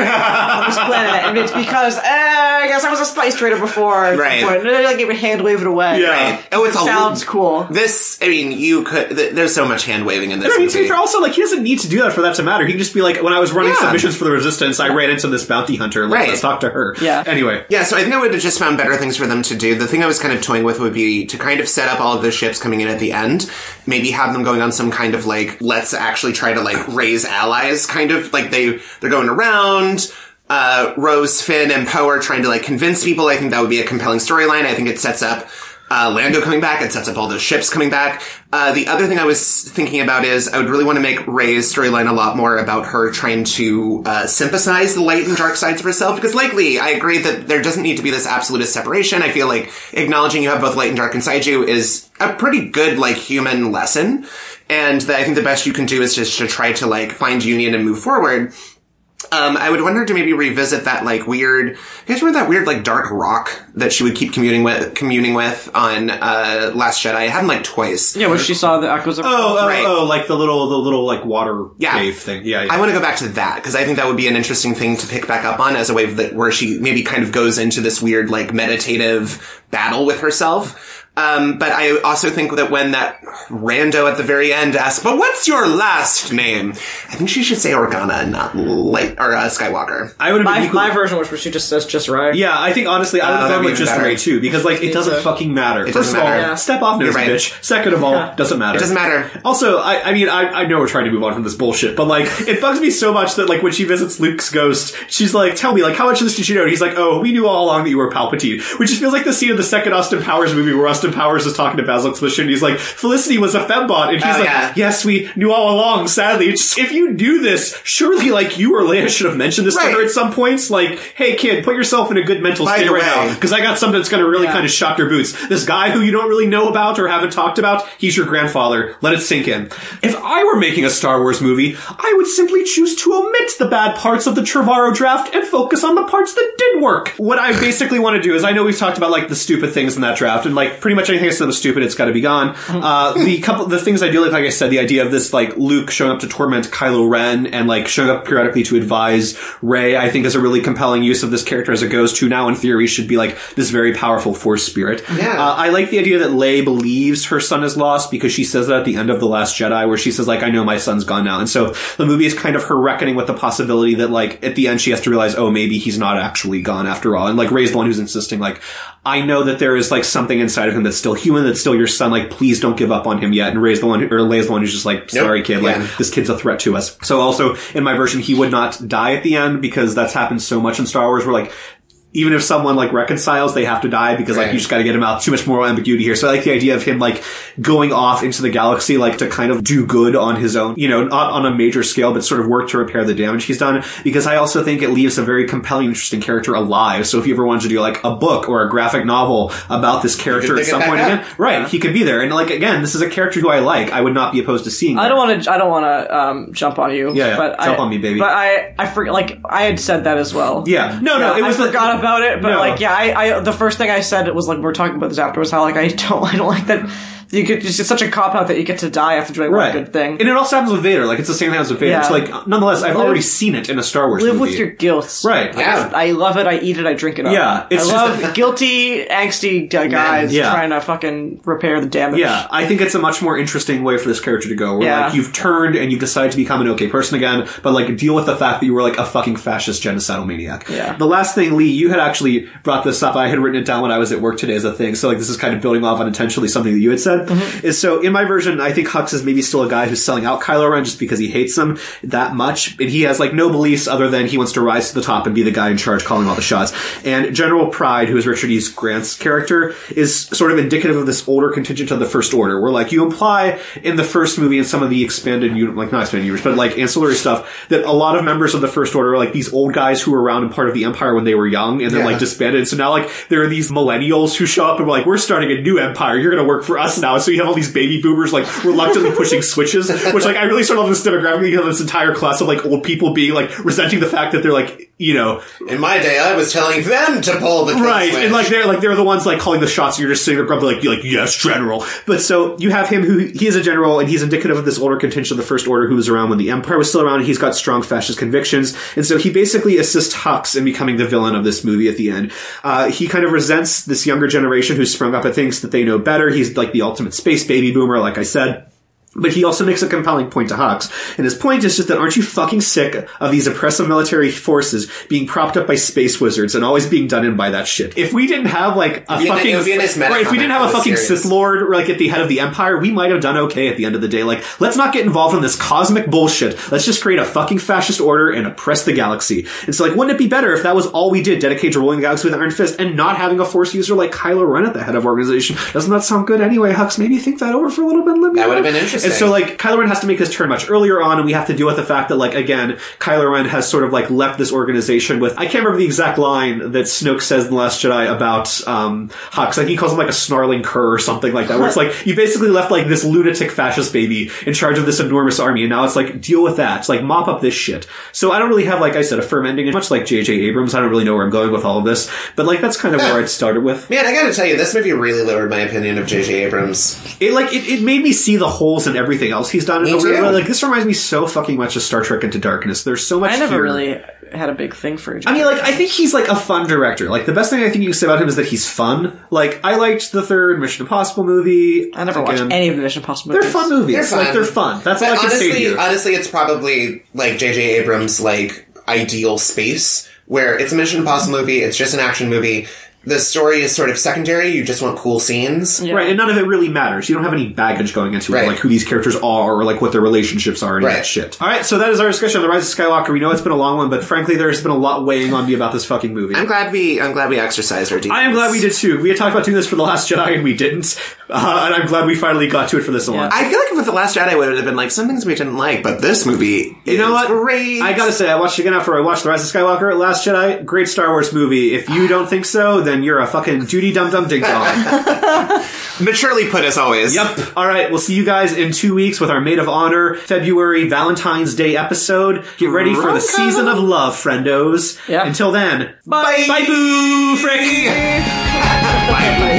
S1: planet, and it's because eh, I guess I was a spice trader before,
S2: Right.
S1: Before. And they like even hand wave it away.
S3: Yeah.
S2: Right. Oh, it's
S1: It
S2: a-
S1: sounds cool.
S2: This, I mean, you could. Th- there's so much hand waving in this.
S3: I mean, to be
S2: movie.
S3: fair, also like he doesn't need to do that for that to matter. He can just be like, when I was running
S2: Yeah.
S3: submissions for the resistance, I ran into this bounty hunter. Like,
S2: Right.
S3: Let's talk to her.
S1: Yeah.
S3: Anyway.
S2: Yeah, so I think I would have just found better things for them to do. The thing I was kind of toying with would be to kind of set up all of the ships coming in at the end, maybe have them going on some kind of like let's actually try to like raise allies kind of like they they're going around. Uh, Rose, Finn, and Poe are trying to like convince people. I think that would be a compelling storyline. I think it sets up uh, Lando coming back. It sets up all those ships coming back. Uh, the other thing I was thinking about is I would really want to make Ray's storyline a lot more about her trying to uh, sympathize the light and dark sides of herself. Because likely, I agree that there doesn't need to be this absolutist separation. I feel like acknowledging you have both light and dark inside you is a pretty good like human lesson. And that I think the best you can do is just to try to like find union and move forward. Um, I would want her to maybe revisit that like weird. You guys remember that weird like dark rock that she would keep communing with, communing with on uh, Last Jedi? It happened like twice.
S1: Yeah, when she saw the echoes of
S3: Oh, oh,
S2: Right.
S3: oh, like the little, the little like water
S2: Yeah.
S3: cave thing. Yeah. yeah.
S2: I want to go back to that because I think that would be an interesting thing to pick back up on as a way that where she maybe kind of goes into this weird like meditative battle with herself. Um, but I also think that when that rando at the very end asks, "But what's your last name?" I think she should say Organa, and not Light or uh, Skywalker.
S3: I would have been
S1: my,
S3: equally-
S1: my version, which was she just says just right.
S3: Yeah, I think honestly, I would have
S2: that'd
S3: gone
S2: be
S3: with
S2: Uh, even
S3: just
S2: better.
S3: Ray too because like it doesn't
S1: so.
S3: fucking matter. First
S2: doesn't
S3: of all,
S2: matter. Yeah.
S3: step off
S2: You're
S3: nose,
S2: right.
S3: bitch. Second of all, doesn't matter.
S2: It doesn't matter.
S3: Also, I, I mean, I, I know we're trying to move on from this bullshit, but like, it bugs me so much that like when she visits Luke's ghost, she's like, "Tell me, like, how much of this did you know?" And he's like, "Oh, we knew all along that you were Palpatine," which just feels like the scene of the second Austin Powers movie where Austin Powers is talking to Baz Luhrmann and he's like, "Felicity was a fembot," and he's
S2: Oh,
S3: like,
S2: yeah.
S3: "Yes, we knew all along." Sadly, It's just, if you do this, surely like you or Leia should have mentioned this
S2: Right.
S3: to her at some points. Like, hey, kid, put yourself in a good mental
S2: By
S3: state
S2: the
S3: right
S2: way-
S3: now because I got something that's going to really
S1: Yeah.
S3: kind of shock your boots. This guy who you don't really know about or haven't talked about, he's your grandfather. Let it sink in. If I were making a Star Wars movie, I would simply choose to omit the bad parts of the Trevorrow draft and focus on the parts that did work. What I basically want to do is, I know we've talked about like the stupid things in that draft, and like pretty much anything that's that was stupid, it's got to be gone. Uh, the couple, the things I do like, like I said, the idea of this like Luke showing up to torment Kylo Ren and like showing up periodically to advise Ray, I think is a really compelling use of this character as a ghost who now in theory should be like this very powerful force spirit.
S2: Yeah.
S3: Uh, I like the idea that Leigh believes her son is lost because she says that at the end of The Last Jedi, where she says, like, I know my son's gone now. And so the movie is kind of her reckoning with the possibility that, like, at the end she has to realize, oh, maybe he's not actually gone after all. And, like, Ray's the one who's insisting, like, I know that there is, like, something inside of him that's still human, that's still your son. Like, please don't give up on him yet. And Ray's the one, who, or Leigh's the one who's just like, sorry, kid, like,
S2: Yeah.
S3: this kid's a threat to us. So also, in my version, he would not die at the end because that's happened so much in Star Wars where, like, even if someone like reconciles, they have to die because like
S2: Right.
S3: you just got to get him out. Too much moral ambiguity here. So I like the idea of him like going off into the galaxy, like to kind of do good on his own, you know, not on a major scale, but sort of work to repair the damage he's done. Because I also think it leaves a very compelling, interesting character alive. So if you ever wanted to do like a book or a graphic novel about this character
S2: pick
S3: at
S2: it
S3: some
S2: back
S3: point,
S2: up.
S3: again, right? He could be there. And like again, this is a character who I like. I would not be opposed to seeing.
S1: I
S3: him.
S1: don't want to. I don't want to um, jump on you.
S3: Yeah, yeah.
S1: but
S3: Jump
S1: I,
S3: on me, baby.
S1: But I, I forget. Like I had said that as well.
S3: Yeah. No, no, it was
S1: I
S3: the-
S1: forgot about it, but
S3: No.
S1: like, yeah, I, I, the first thing I said was like, we we're talking about this afterwards, how like, I don't, I don't like that you get, it's just such a cop out that you get to die after doing
S3: Right.
S1: one good thing.
S3: And it also happens with Vader. Like, it's the same thing as with Vader.
S1: Yeah.
S3: It's like, nonetheless, I've
S1: Live-
S3: already seen it in a Star Wars
S1: Live
S3: movie.
S1: with your guilt.
S3: Right.
S2: Yeah.
S1: I love it. I eat it. I drink it up.
S3: Yeah, it's
S1: I love
S3: just-
S1: guilty, angsty uh, guys
S3: yeah.
S1: trying to fucking repair the damage.
S3: Yeah, I think it's a much more interesting way for this character to go. Where
S1: Yeah.
S3: like you've turned and you've decided to become an okay person again, but like deal with the fact that you were like a fucking fascist genocidal maniac.
S1: Yeah.
S3: The last thing, Lee, you had actually brought this up. I had written it down when I was at work today as a thing. So like this is kind of building off on intentionally something that you had said. Is so in my version, I think Hux is maybe still a guy who's selling out Kylo Ren just because he hates him that much, and he has like no beliefs other than he wants to rise to the top and be the guy in charge calling all the shots. And General Pride, who is Richard E. Grant's character, is sort of indicative of this older contingent of the First Order, where like you imply in the first movie and some of the expanded, uni- like not expanded universe, but like ancillary stuff, that a lot of members of the First Order are like these old guys who were around and part of the Empire when they were young, and then
S2: Yeah.
S3: like disbanded. So now like there are these millennials who show up and were like, "We're starting a new empire. You're going to work for us now." So you have all these baby boomers like reluctantly pushing switches, which like I really sort of love this demographic. You have this entire class of like old people being like resenting the fact that they're like you know
S2: In my day, I was telling them to pull the kill
S3: right
S2: switch.
S3: and like they're like they're the ones like calling the shots and you're just sitting there grumpy like you're like yes general but so you have him who he is a general and he's indicative of this older contingent of the first order who was around when the empire was still around and he's got strong fascist convictions and so he basically assists hux in becoming the villain of this movie at the end uh, he kind of resents this younger generation who sprung up and thinks that they know better he's like the ultimate space baby boomer like i said but he also makes a compelling point to Hawks. And his point is just that aren't you fucking sick of these oppressive military forces being propped up by space wizards and always being done in by that shit? If we didn't have like a
S2: be a-
S3: fucking
S2: it would be a nice meta
S3: right, if we didn't
S2: comic
S3: have a
S2: for the
S3: fucking
S2: series.
S3: Sith Lord like at the head of the Empire, we might have done okay at the end of the day. Like, let's not get involved in this cosmic bullshit. Let's just create a fucking fascist order and oppress the galaxy. And so like, wouldn't it be better if that was all we did, dedicate to ruling the galaxy with an iron fist and not having a force user like Kylo Ren at the head of our organization? Doesn't that sound good anyway, Hux? Maybe think that over for a little bit. Let me
S2: That would have been interesting.
S3: and so, like, Kylo Ren has to make his turn much earlier on, and we have to deal with the fact that, like, again, Kylo Ren has sort of, like, left this organization with, I can't remember the exact line that Snoke says in The Last Jedi about, um, Hux. Like, he calls him, like, a snarling cur or something like that, where it's like, you basically left, like, this lunatic fascist baby in charge of this enormous army, and now it's like, deal with that. It's like, mop up this shit. So I don't really have, like I said, a firm ending, and much like J.J. Abrams, I don't really know where I'm going with all of this, but, like, that's kind of where I'd started with.
S2: Man, I gotta tell you, this movie really lowered my opinion of J.J. Abrams.
S3: It like it, it made me see the holes in everything else he's done.
S2: Me
S3: And
S2: too.
S3: Like this reminds me so fucking much of Star Trek Into Darkness. There's so much.
S1: I never
S3: here.
S1: really had a big thing for it.
S3: I mean, like I think he's like a fun director. Like the best thing I think you can say about him is that he's fun. Like I liked the third Mission Impossible movie.
S1: I never watched
S3: Again,
S1: any of the Mission Impossible
S3: They're
S1: movies.
S3: fun movies.
S2: They're fun.
S3: Like they're fun. That's all I
S2: But
S3: can
S2: honestly,
S3: say to you.
S2: honestly, it's probably like J.J. Abrams' like ideal space where it's a Mission Impossible movie. It's just an action movie. The story is sort of secondary. You just want cool scenes.
S1: Yeah.
S3: Right, and none of it really matters. You don't have any baggage going into it,
S2: Right.
S3: like who these characters are or like what their relationships are and
S2: Right.
S3: that shit. All right, so that is our discussion on the Rise of Skywalker. We know it's been a long one, but frankly, there's been a lot weighing on me about this fucking movie.
S2: I'm glad we. I'm glad we exercised our.
S3: I am glad we did too. We had talked about doing this for The Last Jedi and we didn't. Uh, and I'm glad we finally got to it for this one.
S2: I feel like with the Last Jedi, would have been like some things we didn't like, but this movie, you
S3: know what?
S2: Great.
S3: I gotta say, I watched it again after I watched The Rise of Skywalker, Last Jedi, great Star Wars movie. If you don't think so, then you're a fucking duty dum dum ding dong.
S2: maturely put as always.
S3: yep. Alright, we'll see you guys in two weeks with our Maid of Honor February Valentine's Day episode. Get ready for the season of love, friendos.
S1: Yeah.
S3: Until then,
S1: Bye.
S3: boo, frick!
S2: Bye.